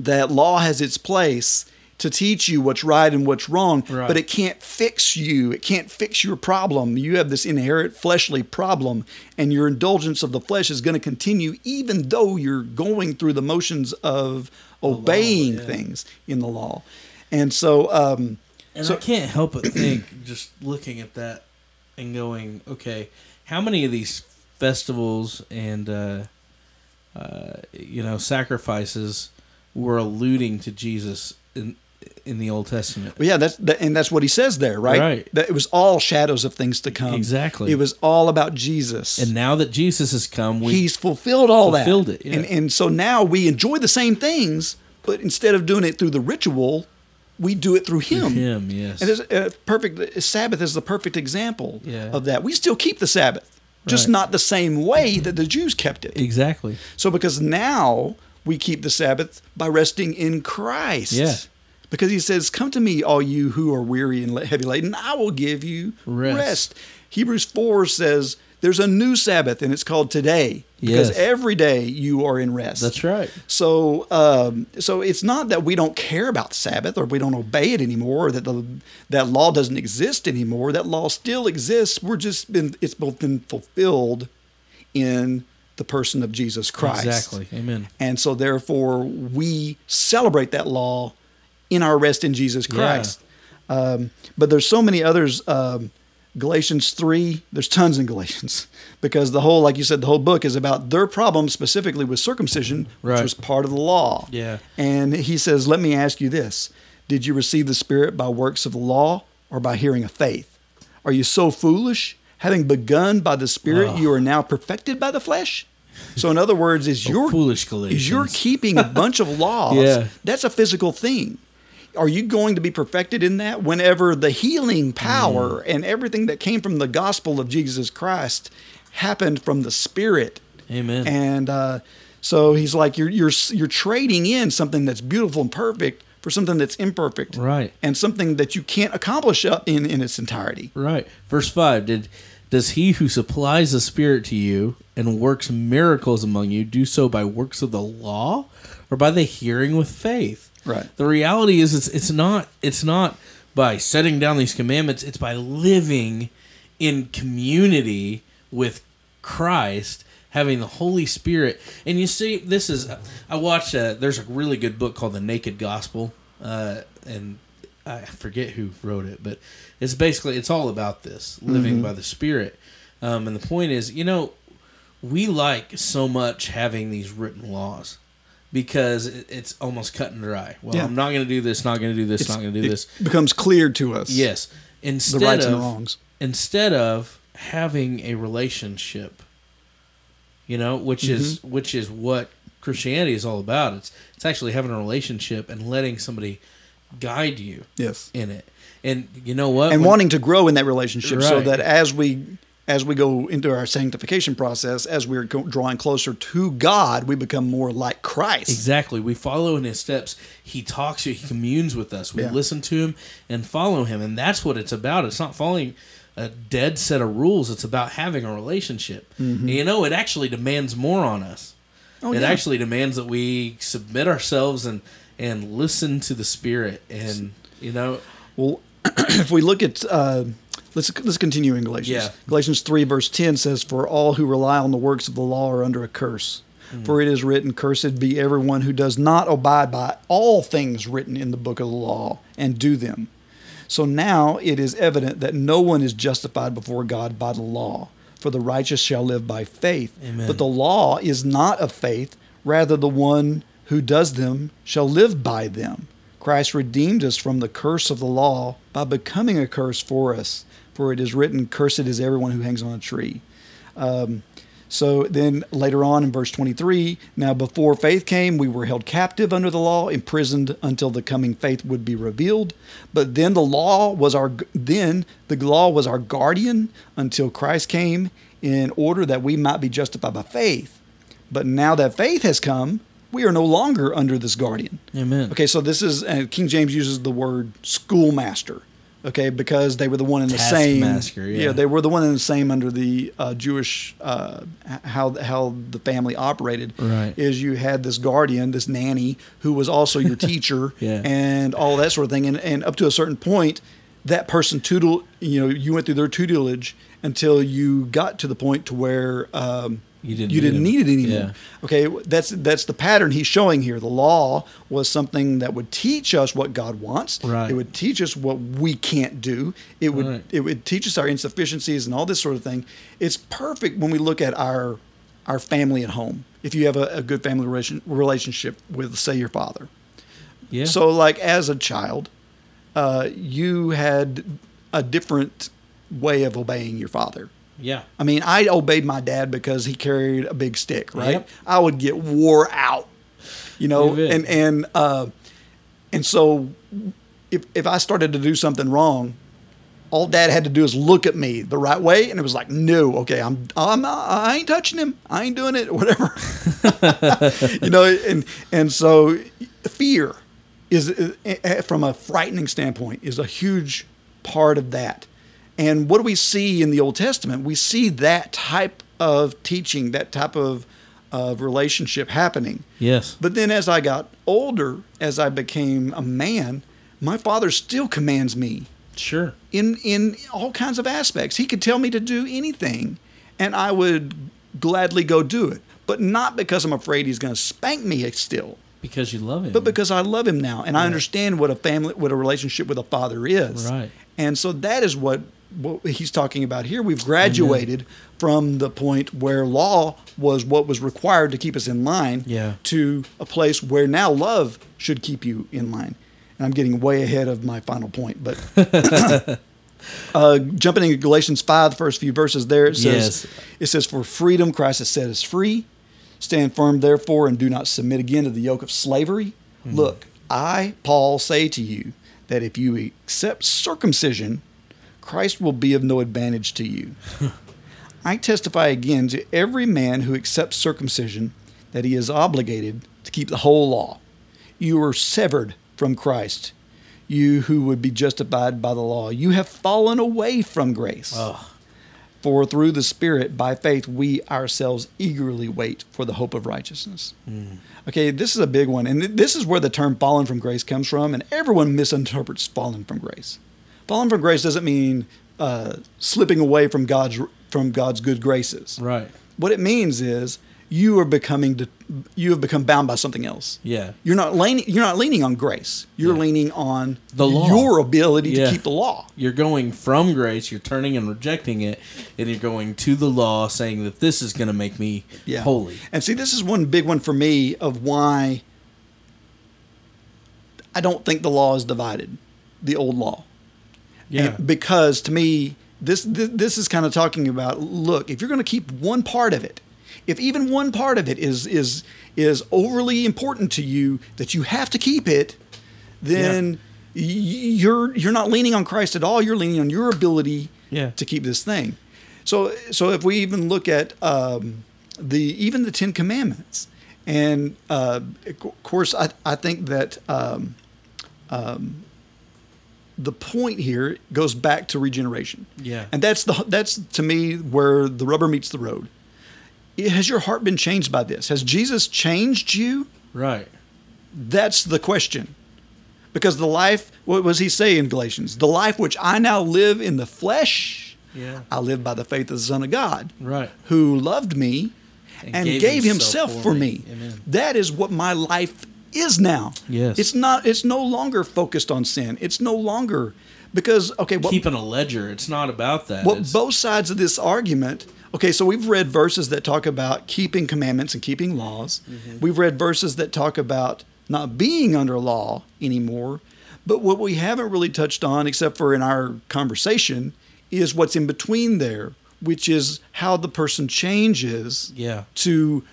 Speaker 1: that law has its place to teach you what's right and what's wrong,
Speaker 2: Right.
Speaker 1: but it can't fix you. It can't fix your problem. You have this inherent fleshly problem, and your indulgence of the flesh is going to continue even though you're going through the motions of obeying things in the law. And so, um,
Speaker 2: And
Speaker 1: So-
Speaker 2: I can't help but think, just looking at that and going, okay, how many of these festivals and uh, uh, you know sacrifices were alluding to Jesus in in the Old Testament?
Speaker 1: Well, yeah, that's that, and that's what he says there, right?
Speaker 2: Right.
Speaker 1: That it was all shadows of things to come.
Speaker 2: Exactly.
Speaker 1: It was all about Jesus,
Speaker 2: And
Speaker 1: and
Speaker 2: now that Jesus has come, we
Speaker 1: he's fulfilled all that.
Speaker 2: Fulfilled it, yeah.
Speaker 1: And and so now we enjoy the same things, but instead of doing it through the ritual, we do it through him.
Speaker 2: him, yes,
Speaker 1: And it's a perfect Sabbath is the perfect example
Speaker 2: Yeah.
Speaker 1: of that. We still keep the Sabbath, just
Speaker 2: Right.
Speaker 1: not the same way that the Jews kept it.
Speaker 2: exactly.
Speaker 1: So because now we keep the Sabbath by resting in Christ.
Speaker 2: Yeah.
Speaker 1: Because he says, Come to me, all you who are weary and heavy laden, I will give you
Speaker 2: Rest.
Speaker 1: rest. Hebrews 4 says, There's a new Sabbath, and it's called today. Because
Speaker 2: Yes.
Speaker 1: every day you are in rest.
Speaker 2: That's right.
Speaker 1: So, um, so it's not that we don't care about the Sabbath or we don't obey it anymore, or that the that law doesn't exist anymore. That law still exists. We're just been it's both been fulfilled in the person of Jesus Christ.
Speaker 2: Exactly. Amen.
Speaker 1: And so, therefore, we celebrate that law in our rest in Jesus Christ. Um, but there's so many others. Um, Galatians 3, there's tons in Galatians because the whole, like you said, the whole book is about their problem specifically with circumcision, which
Speaker 2: Right.
Speaker 1: was part of the law.
Speaker 2: Yeah.
Speaker 1: And he says, Let me ask you this Did you receive the Spirit by works of the law or by hearing of faith? Are you so foolish? Having begun by the Spirit,
Speaker 2: Wow.
Speaker 1: you are now perfected by the flesh? So, in other words, is your
Speaker 2: foolish
Speaker 1: is you're
Speaker 2: Galatians.
Speaker 1: keeping a bunch of laws,
Speaker 2: Yeah.
Speaker 1: that's a physical thing. Are you going to be perfected in that whenever the healing power
Speaker 2: Mm.
Speaker 1: and everything that came from the gospel of Jesus Christ happened from the Spirit?
Speaker 2: Amen.
Speaker 1: And uh, so he's like, you're you're you're trading in something that's beautiful and perfect for something that's imperfect,
Speaker 2: Right.
Speaker 1: And something that you can't accomplish uh, in in its entirety.
Speaker 2: Right. Verse five. Did does he who supplies the Spirit to you and works miracles among you do so by works of the law or by the hearing with faith?
Speaker 1: Right.
Speaker 2: The reality is it's it's not it's not by setting down these commandments, it's by living in community with Christ, having the Holy Spirit. And you see, this is I watched. A, there's a really good book called The Naked Gospel, uh, and I forget who wrote it, but it's basically it's all about this living by the Spirit. Um, and the point is, you know, we like so much having these written laws because it- it's almost cut and dry. Well,
Speaker 1: Yeah.
Speaker 2: I'm not going to do this, not going to do this, not going to do
Speaker 1: it
Speaker 2: this.
Speaker 1: becomes clear to us.
Speaker 2: Yes. Instead
Speaker 1: rights
Speaker 2: of
Speaker 1: and wrongs.
Speaker 2: instead of having a relationship, you know, which
Speaker 1: Mm-hmm.
Speaker 2: is which is what Christianity is all about. It's it's actually having a relationship and letting somebody guide you
Speaker 1: Yes.
Speaker 2: in it. And you know what?
Speaker 1: and
Speaker 2: When-
Speaker 1: wanting to grow in that relationship so
Speaker 2: Right.
Speaker 1: that as we as we go into our sanctification process as we're go- drawing closer to god we become more like christ
Speaker 2: Exactly. We follow in his steps. He talks, he communes with us. We
Speaker 1: Yeah.
Speaker 2: listen to him and follow him. And that's what it's about. It's not following a dead set of rules, it's about having a relationship. And You know, it actually demands more on us. it
Speaker 1: Mm-hmm. Oh, yeah.
Speaker 2: actually demands that we submit ourselves and and listen to the spirit and you know
Speaker 1: Well, if we look at uh, let's let's continue in Galatians.
Speaker 2: Yeah.
Speaker 1: Galatians three verse ten says, "For all who rely on the works of the law are under a curse."
Speaker 2: Hmm.
Speaker 1: For it is written, Cursed be everyone who does not abide by all things written in the book of the law and do them. So now it is evident that no one is justified before God by the law, for the righteous shall live by faith.
Speaker 2: Amen.
Speaker 1: But the law is not of faith, rather, the one who does them shall live by them. Christ redeemed us from the curse of the law by becoming a curse for us, for it is written, Cursed is everyone who hangs on a tree. So then later on in verse 23, now before faith came, we were held captive under the law, imprisoned until the coming faith would be revealed. But then the law was our then the law was our guardian until Christ came in order that we might be justified by faith. But now that faith has come, we are no longer under this guardian.
Speaker 2: Amen.
Speaker 1: Okay, so this is uh, King James uses the word schoolmaster. Okay, because they were the one and the same.
Speaker 2: Taskmaster, yeah.
Speaker 1: they were the one and the same under the uh, Jewish uh, h- how how the family operated.
Speaker 2: Right.
Speaker 1: is you had this guardian, this nanny, who was also your teacher,
Speaker 2: Yeah.
Speaker 1: and all that sort of thing. And and up to a certain point, that person tutel you know you went through their tutelage until you got to the point to where um,
Speaker 2: You didn't
Speaker 1: you
Speaker 2: need
Speaker 1: didn't
Speaker 2: him.
Speaker 1: need it anymore.
Speaker 2: Yeah.
Speaker 1: Okay, that's that's the pattern he's showing here. The law was something that would teach us what God wants.
Speaker 2: Right.
Speaker 1: It would teach us what we can't do. It would
Speaker 2: Right.
Speaker 1: it would teach us our insufficiencies and all this sort of thing. It's perfect when we look at our our family at home. If you have a, a good family relation, relationship with, say, your father.
Speaker 2: Yeah.
Speaker 1: So, like as a child, uh, you had a different way of obeying your father.
Speaker 2: yeah.
Speaker 1: I mean, I obeyed my dad because he carried a big stick, right?
Speaker 2: Yep.
Speaker 1: I would get wore out, you know,
Speaker 2: You did.
Speaker 1: and and uh, and so if if I started to do something wrong, all dad had to do is look at me the right way, and it was like, no, okay, I'm I'm I ain't touching him, I ain't doing it, or whatever, you know, and and so fear is, is from a frightening standpoint is a huge part of that. And what do we see in the Old Testament? We see that type of teaching, that type of of relationship happening.
Speaker 2: Yes.
Speaker 1: But then as I got older, as I became a man, my father still commands me
Speaker 2: Sure.
Speaker 1: in in all kinds of aspects. He could tell me to do anything, and I would gladly go do it. But not because I'm afraid he's going to spank me still,
Speaker 2: Because you love him.
Speaker 1: but because I love him now and I understand what a family, what a relationship with a father is.
Speaker 2: Right.
Speaker 1: And so that is what what he's talking about here. We've graduated from the point where law was what was required to keep us in line
Speaker 2: Yeah.
Speaker 1: to a place where now love should keep you in line. And I'm getting way ahead of my final point, but uh, jumping into Galatians 5, the first few verses there, it says,
Speaker 2: Yes.
Speaker 1: it says, For freedom Christ has set us free. Stand firm, therefore, and do not submit again to the yoke of slavery. Look, I, Paul, say to you that if you accept circumcision, Christ will be of no advantage to you. I testify again to every man who accepts circumcision that he is obligated to keep the whole law. You are severed from Christ, you who would be justified by the law. You have fallen away from grace. For through the Spirit, by faith, we ourselves eagerly wait for the hope of righteousness.
Speaker 2: Hmm.
Speaker 1: Okay, this is a big one. And th- this is where the term fallen from grace comes from. And everyone misinterprets fallen from grace. Fallen from grace doesn't mean uh, slipping away from God's, from God's good graces.
Speaker 2: Right.
Speaker 1: What it means is you are becoming, de- you have become bound by something else.
Speaker 2: Yeah.
Speaker 1: You're not leaning, you're not leaning on grace. You're leaning on
Speaker 2: The law.
Speaker 1: your ability
Speaker 2: Yeah.
Speaker 1: to keep the law.
Speaker 2: You're going from grace, you're turning and rejecting it, and you're going to the law saying that this is going to make me holy.
Speaker 1: And see, this is one big one for me of why I don't think the law is divided, the old law.
Speaker 2: Yeah.
Speaker 1: And because to me, this, this this is kind of talking about look, if you're going to keep one part of it, if even one part of it is is is overly important to you that you have to keep it, then y you're you're not leaning on Christ at all. You're leaning on your ability
Speaker 2: Yeah.
Speaker 1: to keep this thing. So so if we even look at um, the even the Ten Commandments, and uh, of course I I think that. Um, the point here goes back to regeneration.
Speaker 2: Yeah.
Speaker 1: And that's the that's to me where the rubber meets the road. It- Has your heart been changed by this? Has Jesus changed you?
Speaker 2: right.
Speaker 1: That's the question. Because the life, what was he saying in Galatians? The life which I now live in the flesh,
Speaker 2: Yeah.
Speaker 1: I live by the faith of the Son of God,
Speaker 2: Right.
Speaker 1: who loved me and, gave, himself, for me.
Speaker 2: Amen.
Speaker 1: That is what my life is now.
Speaker 2: Yes.
Speaker 1: It's not it's no longer focused on sin. It's no longer because okay, what
Speaker 2: Keeping a ledger, it's not about that.
Speaker 1: what
Speaker 2: It's-
Speaker 1: both sides of this argument okay so we've read verses that talk about keeping commandments and keeping laws
Speaker 2: Mm-hmm.
Speaker 1: we've read verses that talk about not being under law anymore but what we haven't really touched on except for in our conversation is what's in between there which is how the person changes
Speaker 2: Yeah.
Speaker 1: to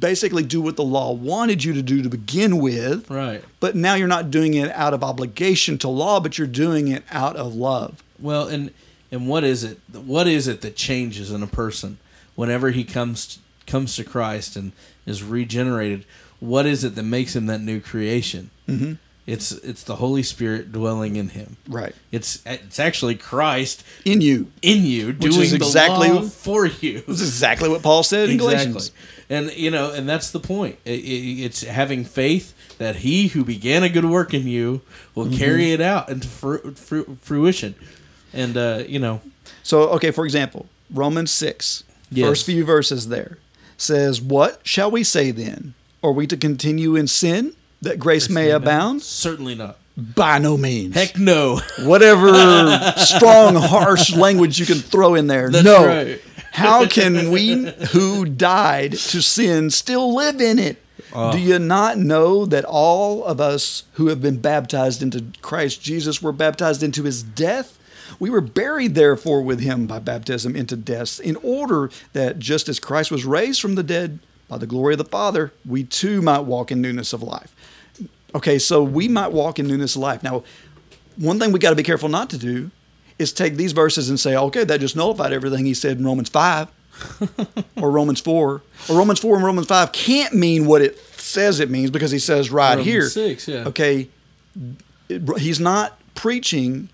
Speaker 1: basically do what the law wanted you to do to begin with
Speaker 2: Right.
Speaker 1: but now you're not doing it out of obligation to law but you're doing it out of love
Speaker 2: Well, and and what is it? What is it that changes in a person whenever he comes comes to Christ and is regenerated, what is it that makes him that new creation? Mm-hmm. It's it's the Holy Spirit dwelling in him.
Speaker 1: Right.
Speaker 2: It's it's actually Christ
Speaker 1: In you.
Speaker 2: in you doing
Speaker 1: is exactly-
Speaker 2: exactly the law for you.
Speaker 1: This is exactly what Paul said in Galatians.
Speaker 2: And you know, and that's the point. I- I- it's having faith that He who began a good work in you will
Speaker 1: Mm-hmm.
Speaker 2: carry it out into fru- fru- fruition. And uh, you know,
Speaker 1: So, okay, for example, Romans 6,
Speaker 2: Yes.
Speaker 1: first few verses there says, What shall we say then? Are we to continue in sin that grace may abound?
Speaker 2: certainly not.
Speaker 1: By no means.
Speaker 2: Heck no.
Speaker 1: Whatever strong, harsh language you can throw in there.
Speaker 2: That's
Speaker 1: no.
Speaker 2: right.
Speaker 1: How can we who died to sin still live in it?
Speaker 2: Ah.
Speaker 1: Do you not know that all of us who have been baptized into Christ Jesus were baptized into his death? We were buried, therefore, with him by baptism into death, in order that just as Christ was raised from the dead by the glory of the Father, we too might walk in newness of life. Okay, so we might walk in newness of life. Now, one thing we got to be careful not to do is take these verses and say, okay, that just nullified everything he said in Romans 5 or Romans 4. Or Romans 4 and Romans 5 can't mean what it says it means because he says right
Speaker 2: Romans
Speaker 1: here.
Speaker 2: 6, yeah.
Speaker 1: Okay, it- he's not preaching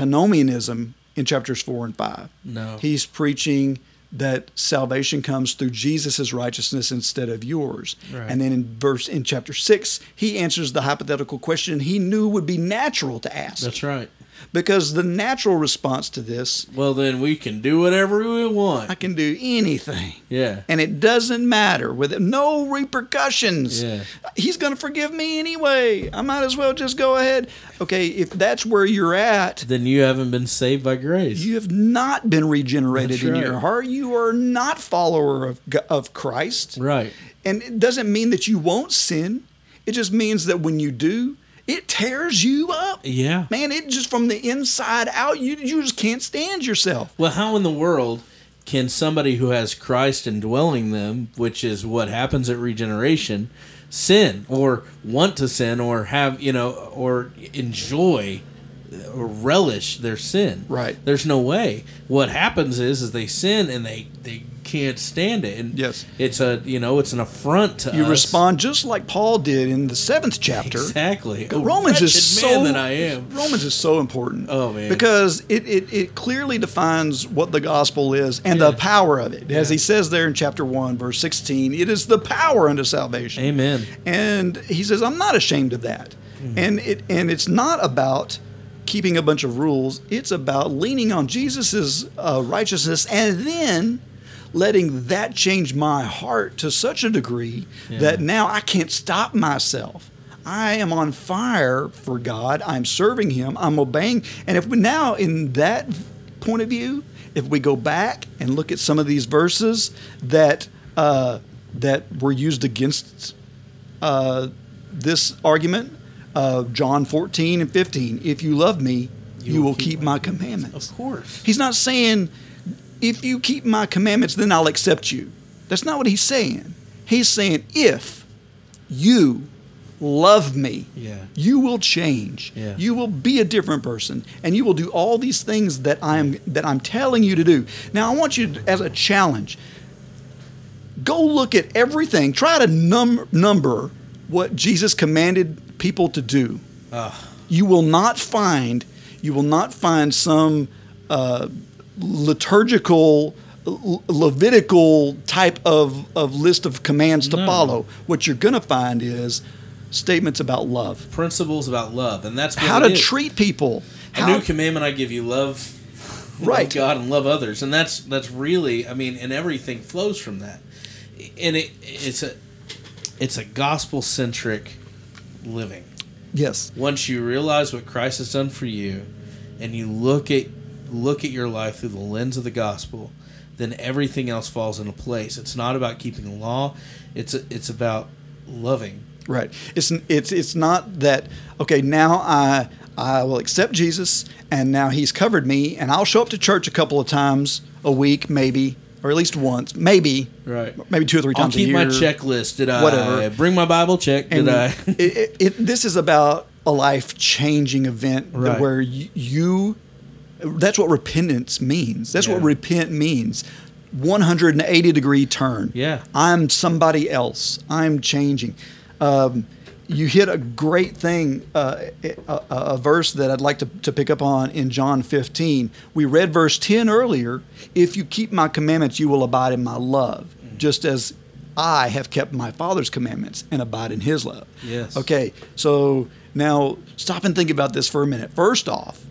Speaker 1: antinomianism in chapters 4 and 5.
Speaker 2: No.
Speaker 1: He's preaching that salvation comes through Jesus' righteousness instead of yours.
Speaker 2: Right.
Speaker 1: And then in verse in chapter 6, he answers the hypothetical question he knew would be natural to ask
Speaker 2: That's right.
Speaker 1: because the natural response to this
Speaker 2: Well, then we can do whatever we
Speaker 1: I
Speaker 2: want.
Speaker 1: can do anything.
Speaker 2: Yeah.
Speaker 1: And it doesn't matter with no repercussions.
Speaker 2: Yeah.
Speaker 1: He's going to forgive me anyway. I might as well just go ahead. Okay, if that's where you're at,
Speaker 2: Then you haven't been saved by grace.
Speaker 1: you have not been regenerated
Speaker 2: That's
Speaker 1: in
Speaker 2: right.
Speaker 1: your heart. You are not follower of G- of Christ.
Speaker 2: right.
Speaker 1: And it doesn't mean that you won't sin. It just means that when you do, it tears you up.
Speaker 2: Yeah.
Speaker 1: Man, it just from the inside out, you you just can't stand yourself.
Speaker 2: Well, how in the world can somebody who has Christ indwelling them, which is what happens at regeneration, sin or want to sin or have, you know, or enjoy or relish their sin?
Speaker 1: Right.
Speaker 2: There's no way. What happens is is they sin and they they can't stand it and
Speaker 1: Yes.
Speaker 2: it's a you know it's an affront to
Speaker 1: You
Speaker 2: us.
Speaker 1: respond just like Paul did in the seventh chapter.
Speaker 2: exactly Oh,
Speaker 1: Romans is
Speaker 2: wretched
Speaker 1: so
Speaker 2: man that I am
Speaker 1: Romans is so important.
Speaker 2: Oh, man.
Speaker 1: Because it, it, it clearly defines what the gospel is and the power of it. As he says there in chapter one, verse sixteen, it is the power unto salvation.
Speaker 2: amen
Speaker 1: And he says, I'm not ashamed of that. And it and it's not about keeping a bunch of rules. It's about leaning on Jesus's uh, righteousness and then letting that change my heart to such a degree that now I can't stop myself. I am on fire for God. I'm serving Him. I'm obeying. And if we now, in that point of view, if we go back and look at some of these verses that uh, that were used against uh, this argument of John 14 and 15. If you love me, you, will keep, my commandments.
Speaker 2: of course
Speaker 1: He's not saying, if you keep my commandments, then I'll accept you. That's not what he's saying. He's saying, if you love me,
Speaker 2: Yeah.
Speaker 1: you will change.
Speaker 2: Yeah.
Speaker 1: You will be a different person, and you will do all these things that I'm that I'm telling you to do. Now, I want you to, as a challenge. Go look at everything. Try to num- number what Jesus commanded people to do
Speaker 2: Ah.
Speaker 1: you will not find you will not find some uh, liturgical L- Levitical type of, of list of commands to
Speaker 2: No.
Speaker 1: follow. What you're going to find is statements about love,
Speaker 2: principles about love and that's what
Speaker 1: how
Speaker 2: it
Speaker 1: to
Speaker 2: is.
Speaker 1: treat people,
Speaker 2: A
Speaker 1: how
Speaker 2: new commandment I give you: love,
Speaker 1: Right.
Speaker 2: love God and love others, and that's that's really, I mean, and everything flows from that. And it it's a it's a gospel centric living.
Speaker 1: yes,
Speaker 2: Once you realize what Christ has done for you, and you look at look at your life through the lens of the gospel, then everything else falls into place. It's not about keeping the law; it's it's about loving.
Speaker 1: right. It's it's it's not that okay. Now I I will accept Jesus, and now He's covered me, and I'll show up to church a couple of times a week, maybe, or at least once, maybe,
Speaker 2: Right.
Speaker 1: Maybe two or three
Speaker 2: I'll
Speaker 1: times a
Speaker 2: keep
Speaker 1: year.
Speaker 2: my checklist. Did I
Speaker 1: Whatever.
Speaker 2: bring my Bible? Check. Did
Speaker 1: And
Speaker 2: I?
Speaker 1: it, it, it, this is about a life changing event that-
Speaker 2: Right.
Speaker 1: where you, you. That's what repentance means. That's what
Speaker 2: Yeah.
Speaker 1: repent means. 180 degree turn.
Speaker 2: Yeah.
Speaker 1: I'm somebody else. I'm changing. Um, you hit a great thing, uh, a, a, a verse that I'd like to, to pick up on in John 15. We read verse 10 earlier. If you keep my commandments, you will abide in my love, just as I have kept my Father's commandments and abide in his love.
Speaker 2: Yes.
Speaker 1: Okay, so now stop and think about this for a minute. First off,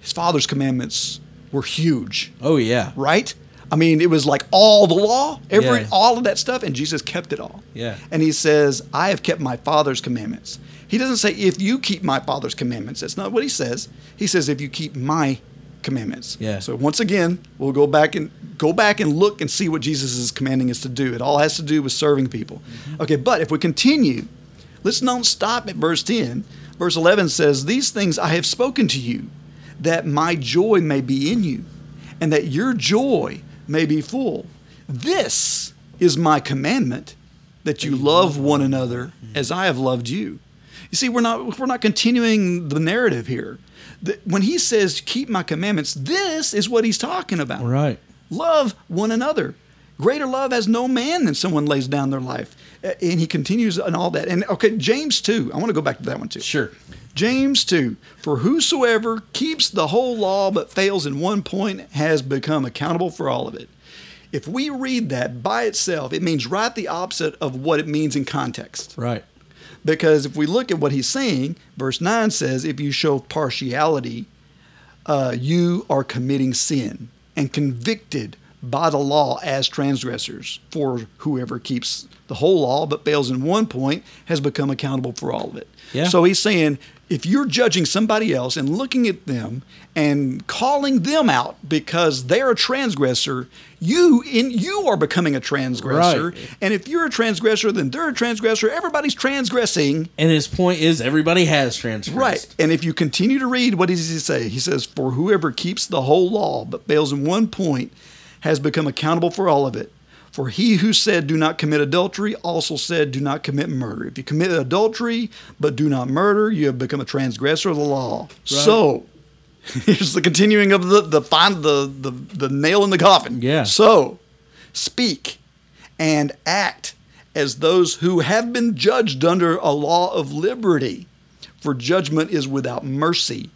Speaker 1: his Father's commandments were huge
Speaker 2: Oh yeah.
Speaker 1: right? I mean, it was like all the law, every
Speaker 2: Yeah.
Speaker 1: all of that stuff, and Jesus kept it all.
Speaker 2: Yeah.
Speaker 1: And he says, "I have kept my Father's commandments." He doesn't say if you keep my Father's commandments. That's not what he says. He says if you keep my commandments.
Speaker 2: Yeah.
Speaker 1: So once again, we'll go back and go back and look and see what Jesus is commanding us to do. It all has to do with serving people. Okay, but if we continue, let's not stop at verse 10. Verse 11 says, "These things I have spoken to you, that my joy may be in you, and that your joy may be full. This is my commandment that you love one another as I have loved you." You see, we're not we're not continuing the narrative here. The- When he says keep my commandments, this is what he's talking about.
Speaker 2: Right.
Speaker 1: Love one another. Greater love has no man than someone lays down their life. A- And he continues on all that. And okay, James 2. I want to go back to that one too.
Speaker 2: Sure.
Speaker 1: James 2. For whosoever keeps the whole law but fails in one point has become accountable for all of it. If we read that by itself, it means right the opposite of what it means in context.
Speaker 2: Right.
Speaker 1: Because if we look at what he's saying, verse 9 says, If you show partiality, uh, you are committing sin and convicted by the law as transgressors. For whoever keeps the whole law but fails in one point has become accountable for all of it.
Speaker 2: Yeah.
Speaker 1: So he's saying, if you're judging somebody else and looking at them and calling them out because they're a transgressor, you in you are becoming a transgressor.
Speaker 2: Right.
Speaker 1: And if you're a transgressor, then they're a transgressor. Everybody's transgressing.
Speaker 2: And his point is everybody has transgressed.
Speaker 1: Right. And if you continue to read, what does he say? He says, For whoever keeps the whole law but fails in one point has become accountable for all of it. For he who said, Do not commit adultery, also said, Do not commit murder. If you commit adultery but do not murder, you have become a transgressor of the law. So, here's the continuing of the the, fin- the the the nail in the coffin.
Speaker 2: Yeah.
Speaker 1: So, speak and act as those who have been judged under a law of liberty, for judgment is without mercy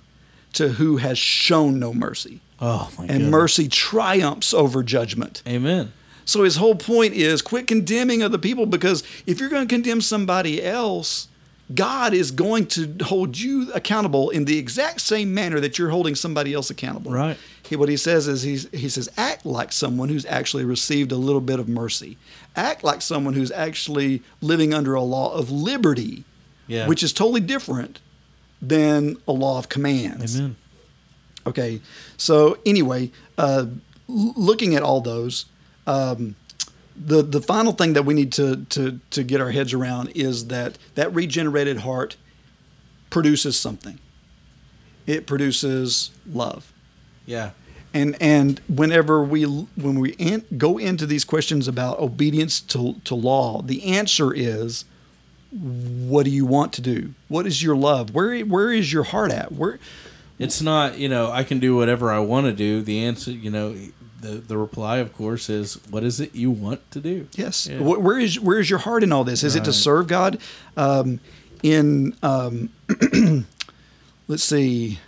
Speaker 1: to who has shown no mercy.
Speaker 2: Oh my
Speaker 1: And
Speaker 2: god.
Speaker 1: mercy triumphs over judgment.
Speaker 2: Amen.
Speaker 1: So his whole point is quit condemning other people because if you're going to condemn somebody else, God is going to hold you accountable in the exact same manner that you're holding somebody else accountable.
Speaker 2: Right.
Speaker 1: He, what he says is he's, he says act like someone who's actually received a little bit of mercy. Act like someone who's actually living under a law of liberty,
Speaker 2: Yeah.
Speaker 1: which is totally different than a law of commands.
Speaker 2: Amen.
Speaker 1: Okay. So anyway, uh, l- looking at all those, um, the the final thing that we need to, to to get our heads around is that that regenerated heart produces something. It produces love
Speaker 2: Yeah.
Speaker 1: and and whenever we when we an- go into these questions about obedience to, to law the answer is what do you want to do what is your love where where is your heart at where
Speaker 2: It's not, you know, I can do whatever I want to do. The answer, you know, the the reply of course is what is it you want to do?
Speaker 1: yes
Speaker 2: Yeah.
Speaker 1: Wh- where is where is your heart in all this is it to serve god um, in um, let's see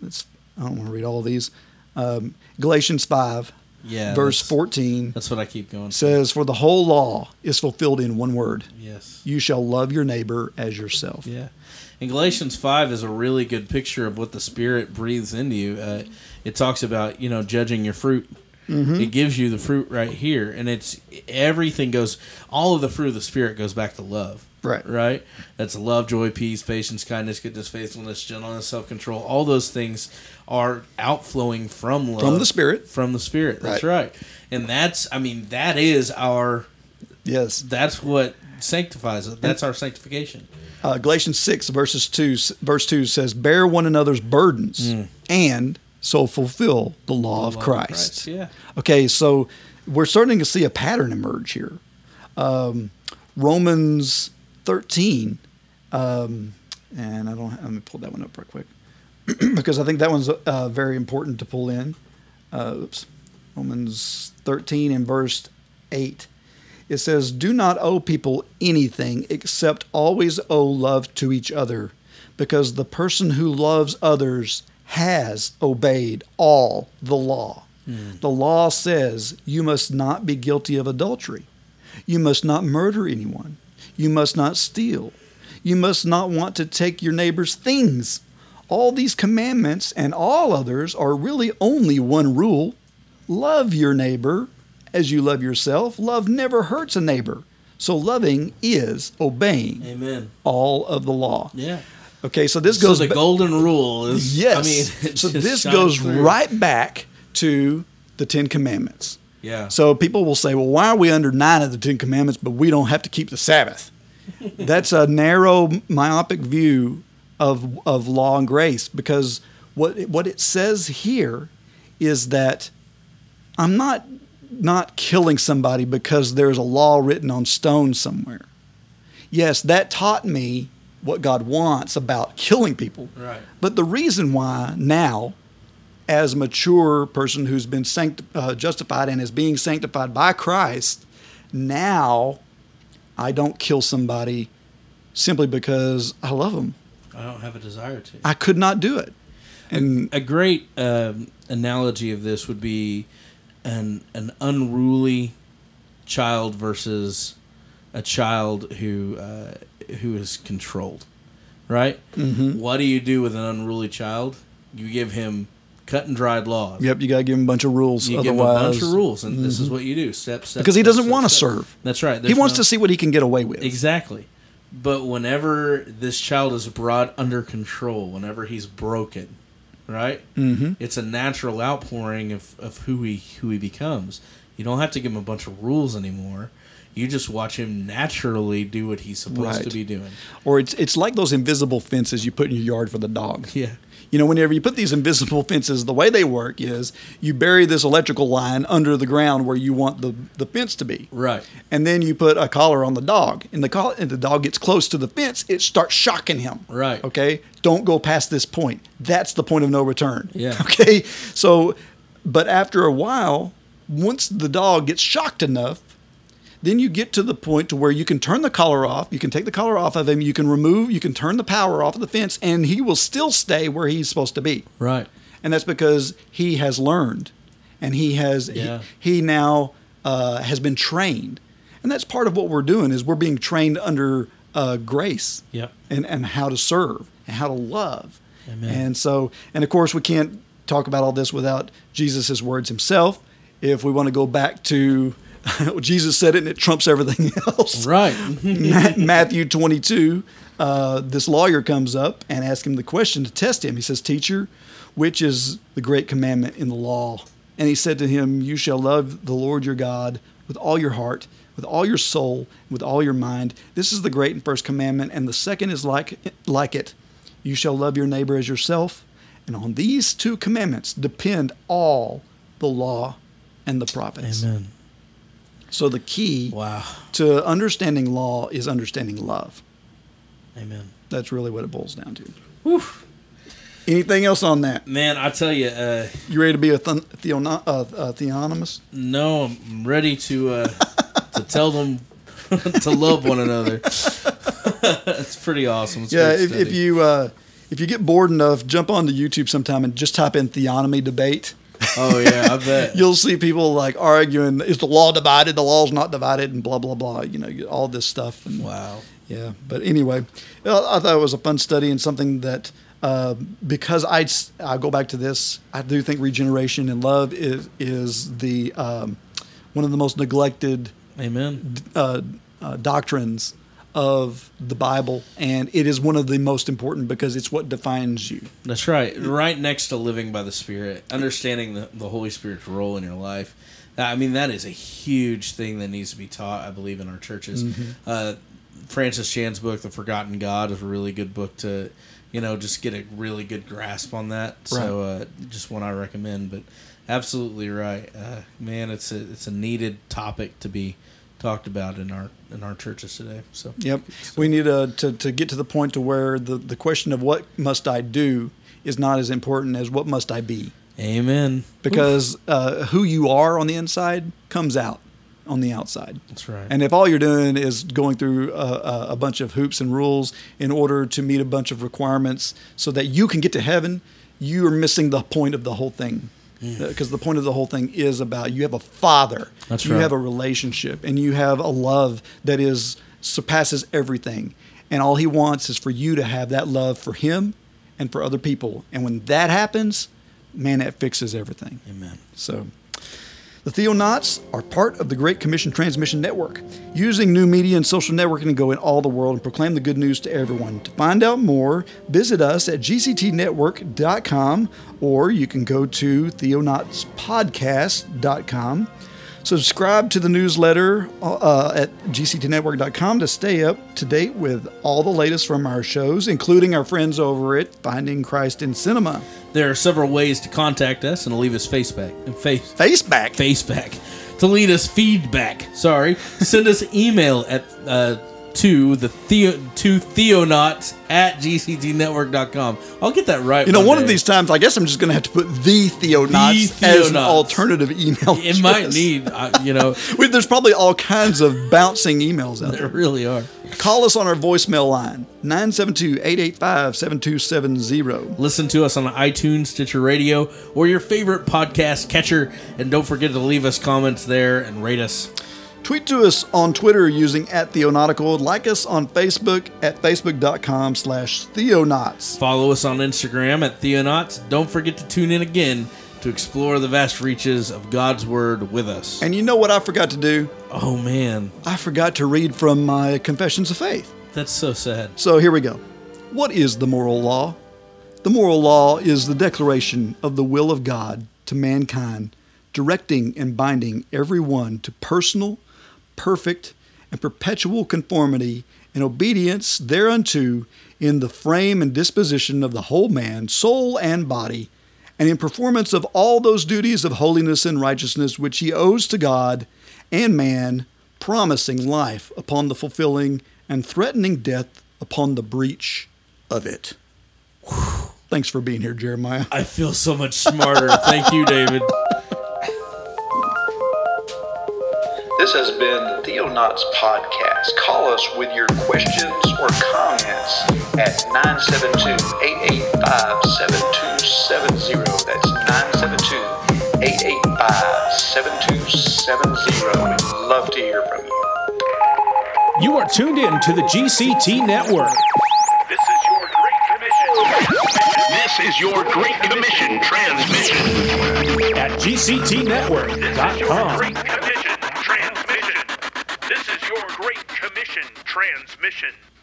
Speaker 1: let's i don't want to read all these um, galatians 5
Speaker 2: Yeah,
Speaker 1: verse
Speaker 2: that's-
Speaker 1: 14
Speaker 2: That's what I keep going. to.
Speaker 1: says for the whole law is fulfilled in one word
Speaker 2: Yes.
Speaker 1: you shall love your neighbor as yourself.
Speaker 2: Yeah. And Galatians 5 is a really good picture of what the Spirit breathes into you. Uh, it talks about, you know, judging your fruit.
Speaker 1: Mm-hmm.
Speaker 2: It gives you the fruit right here. And it's everything goes, all of the fruit of the Spirit goes back to love.
Speaker 1: Right.
Speaker 2: Right? That's love, joy, peace, patience, kindness, goodness, faithfulness, gentleness, self control. All those things are outflowing from love.
Speaker 1: From the Spirit.
Speaker 2: From the Spirit. That's right. And that's, I mean, that is our,
Speaker 1: Yes.
Speaker 2: that's what sanctifies it. That's our sanctification.
Speaker 1: Uh, Galatians 6, verses 2, verse 2 says, Bear one another's burdens and so fulfill Mm. the law, of,
Speaker 2: law of
Speaker 1: Christ.
Speaker 2: Christ, yeah.
Speaker 1: Okay, so we're starting to see a pattern emerge here. Um, Romans 13, um, and I don't, let me pull that one up real quick because I think that one's uh, very important to pull in. Uh, oops. Romans 13 and verse 8. It says, Do not owe people anything except always owe love to each other, because the person who loves others has obeyed all the law. The law says you must not be guilty of adultery. You must not murder anyone. You must not steal. You must not want to take your neighbor's things. All these commandments and all others are really only one rule love your neighbor as you love yourself. Love never hurts a neighbor. So loving is obeying
Speaker 2: Amen.
Speaker 1: all of the law.
Speaker 2: Yeah.
Speaker 1: Okay, so this
Speaker 2: So
Speaker 1: goes
Speaker 2: the
Speaker 1: ba-
Speaker 2: golden rule is.
Speaker 1: Yes.
Speaker 2: I mean, it
Speaker 1: so
Speaker 2: just
Speaker 1: this
Speaker 2: shines
Speaker 1: goes
Speaker 2: through.
Speaker 1: right back to the Ten Commandments.
Speaker 2: Yeah.
Speaker 1: So people will say, well, why are we under nine of the Ten Commandments, but we don't have to keep the Sabbath? That's a narrow, myopic view of, of law and grace because what it, what it says here is that I'm not not killing somebody because there's a law written on stone somewhere. Yes, that taught me what God wants about killing people.
Speaker 2: Right.
Speaker 1: But the reason why now, as a mature person who's been sanct- uh, justified and is being sanctified by Christ, now I don't kill somebody simply because I love them.
Speaker 2: I don't have a desire to.
Speaker 1: I could not do it. And
Speaker 2: a great um, analogy of this would be an an unruly child versus a child who uh, who is controlled, right?
Speaker 1: Mm-hmm.
Speaker 2: What do you do with an unruly child? You give him cut and dried laws.
Speaker 1: yep, you got to give him a bunch of rules.
Speaker 2: You
Speaker 1: otherwise, mm-hmm.
Speaker 2: give him a bunch of rules, and this is what you do: step, step.
Speaker 1: Because he
Speaker 2: step,
Speaker 1: doesn't
Speaker 2: step,
Speaker 1: wanna
Speaker 2: step.
Speaker 1: serve.
Speaker 2: That's right.
Speaker 1: he wants to see what he can get away with.
Speaker 2: Exactly. But whenever this child is brought under control, whenever he's broken, right? Mm-hmm. It's a natural outpouring of, of who he who he becomes. You don't have to give him a bunch of rules anymore. You just watch him naturally do what he's supposed to
Speaker 1: Right.
Speaker 2: be doing.
Speaker 1: Or it's it's like those invisible fences you put in your yard for the dog.
Speaker 2: Yeah.
Speaker 1: You know, whenever you put these invisible fences, the way they work is you bury this electrical line under the ground where you want the, the fence to be.
Speaker 2: Right.
Speaker 1: And then you put a collar on the dog, and the collar, and the dog gets close to the fence, it starts shocking him.
Speaker 2: Right.
Speaker 1: Okay. Don't go past this point. That's the point of no return.
Speaker 2: Yeah.
Speaker 1: Okay. So, but after a while, once the dog gets shocked enough, then you get to the point to where you can turn the collar off you can take the collar off of him you can remove you can turn the power off of the fence and he will still stay where he's supposed to be
Speaker 2: Right.
Speaker 1: and that's because he has learned and he has he-
Speaker 2: Yeah.
Speaker 1: he, now uh, has been trained and that's part of what we're doing is we're being trained under uh, grace
Speaker 2: Yep.
Speaker 1: and, and how to serve and how to love
Speaker 2: Amen.
Speaker 1: and so and of course we can't talk about all this without jesus' words himself if we want to go back to jesus said it and it trumps everything else
Speaker 2: Right.
Speaker 1: Ma- Matthew 22, uh, this lawyer comes up and asks him the question to test him. He says, Teacher, which is the great commandment in the law? And he said to him, You shall love the Lord your God with all your heart, with all your soul, with all your mind. This is the great and first commandment. And the second is like, like it You shall love your neighbor as yourself. And on these two commandments depend all the law and the prophets.
Speaker 2: Amen.
Speaker 1: So the key
Speaker 2: Wow.
Speaker 1: to understanding law is understanding love.
Speaker 2: Amen.
Speaker 1: That's really what it boils down to. Anything else on that?
Speaker 2: Man, I tell you, uh,
Speaker 1: You ready to be a th- theono- uh, uh, theonomist?
Speaker 2: no, I'm ready to uh, to tell them to love one another. it's pretty awesome. It's
Speaker 1: Yeah.
Speaker 2: great
Speaker 1: If, if
Speaker 2: study.
Speaker 1: you uh, if you get bored enough, jump onto YouTube sometime and just type in theonomy debate.
Speaker 2: Oh yeah, I bet.
Speaker 1: You'll see people like arguing: Is the law divided? The law's not divided, and blah blah blah. You know, all this stuff. And
Speaker 2: wow.
Speaker 1: Yeah, but anyway, I I thought it was a fun study and something that uh, because I I go back to this, I do think regeneration and love is is the um, one of the most neglected
Speaker 2: Amen.
Speaker 1: uh, uh, doctrines of the Bible, and it is one of the most important because it's what defines you.
Speaker 2: That's right. Right next to living by the Spirit, understanding the, the Holy Spirit's role in your life. I mean, that is a huge thing that needs to be taught, I believe, in our churches. Uh, Francis Chan's book, The Forgotten God, is a really good book to, you know, just get a really good grasp on that. So, uh, just one I recommend. But absolutely right, uh, man. It's a it's a needed topic to be talked about in our in our churches today. So
Speaker 1: Yep, we need uh, to to get to the point to where the the question of what must I do is not as important as what must I be.
Speaker 2: Amen.
Speaker 1: because uh, who you are on the inside comes out on the outside.
Speaker 2: That's right.
Speaker 1: And if all you're doing is going through a, a, a bunch of hoops and rules in order to meet a bunch of requirements so that you can get to heaven, you are missing the point of the whole thing. Because the point of the whole thing is about you have a father,
Speaker 2: That's
Speaker 1: you
Speaker 2: right.
Speaker 1: have a relationship, and you have a love that is surpasses everything. And all he wants is for you to have that love for him and for other people. And when that happens, man, that fixes everything.
Speaker 2: Amen.
Speaker 1: So, the Theonauts are part of the Great Commission Transmission Network, using new media and social networking to go in all the world and proclaim the good news to everyone. To find out more, visit us at gctnetwork.com or you can go to theonautspodcast.com. Subscribe to the newsletter uh, at gctnetwork.com to stay up to date with all the latest from our shows, including our friends over at Finding Christ in Cinema.
Speaker 2: There are several ways to contact us and to leave us face back. Face
Speaker 1: Faceback!
Speaker 2: face back. To lead us feedback. Sorry. Send us email at uh, to the Theo to Theonauts at gctnetwork.com. I'll get that right.
Speaker 1: You know, one of
Speaker 2: day.
Speaker 1: these times, I guess I'm just going to have to put the Theonauts,
Speaker 2: The
Speaker 1: as an
Speaker 2: Theonauts.
Speaker 1: alternative email.
Speaker 2: it might
Speaker 1: address.
Speaker 2: need uh, you know
Speaker 1: We, there's probably all kinds of bouncing emails out
Speaker 2: there
Speaker 1: there.
Speaker 2: really are.
Speaker 1: Call us on our voicemail line 972-885-7270.
Speaker 2: Listen to us on iTunes, Stitcher Radio, or your favorite podcast catcher, and don't forget to leave us comments there and rate us.
Speaker 1: Tweet to us on Twitter using at Theonautical. Like us on Facebook at facebook.com slash Theonauts.
Speaker 2: Follow us on Instagram at Theonauts. Don't forget to tune in again to explore the vast reaches of God's Word with us.
Speaker 1: And you know what I forgot to do?
Speaker 2: oh man,
Speaker 1: I forgot to read from my Confessions of Faith.
Speaker 2: that's so sad.
Speaker 1: So here we go. What is the moral law? The moral law is the declaration of the will of God to mankind, directing and binding everyone to personal, perfect, and perpetual conformity and obedience thereunto in the frame and disposition of the whole man, soul, and body, and in performance of all those duties of holiness and righteousness which he owes to God and man, promising life upon the fulfilling and threatening death upon the breach of it. Thanks for being here, Jeremiah.
Speaker 2: I feel so much smarter. Thank you, David.
Speaker 5: This has been the Theonauts Podcast. Call us with your questions or comments at 972-885-7270. That's 972-885-7270. We'd love to hear from you.
Speaker 10: You are tuned in to the GCT Network.
Speaker 11: This is your Great Commission. This is your Great Commission transmission.
Speaker 10: At
Speaker 11: This is your
Speaker 10: GCTNetwork.com.
Speaker 11: Great Commission transmission. This is your Great Commission transmission.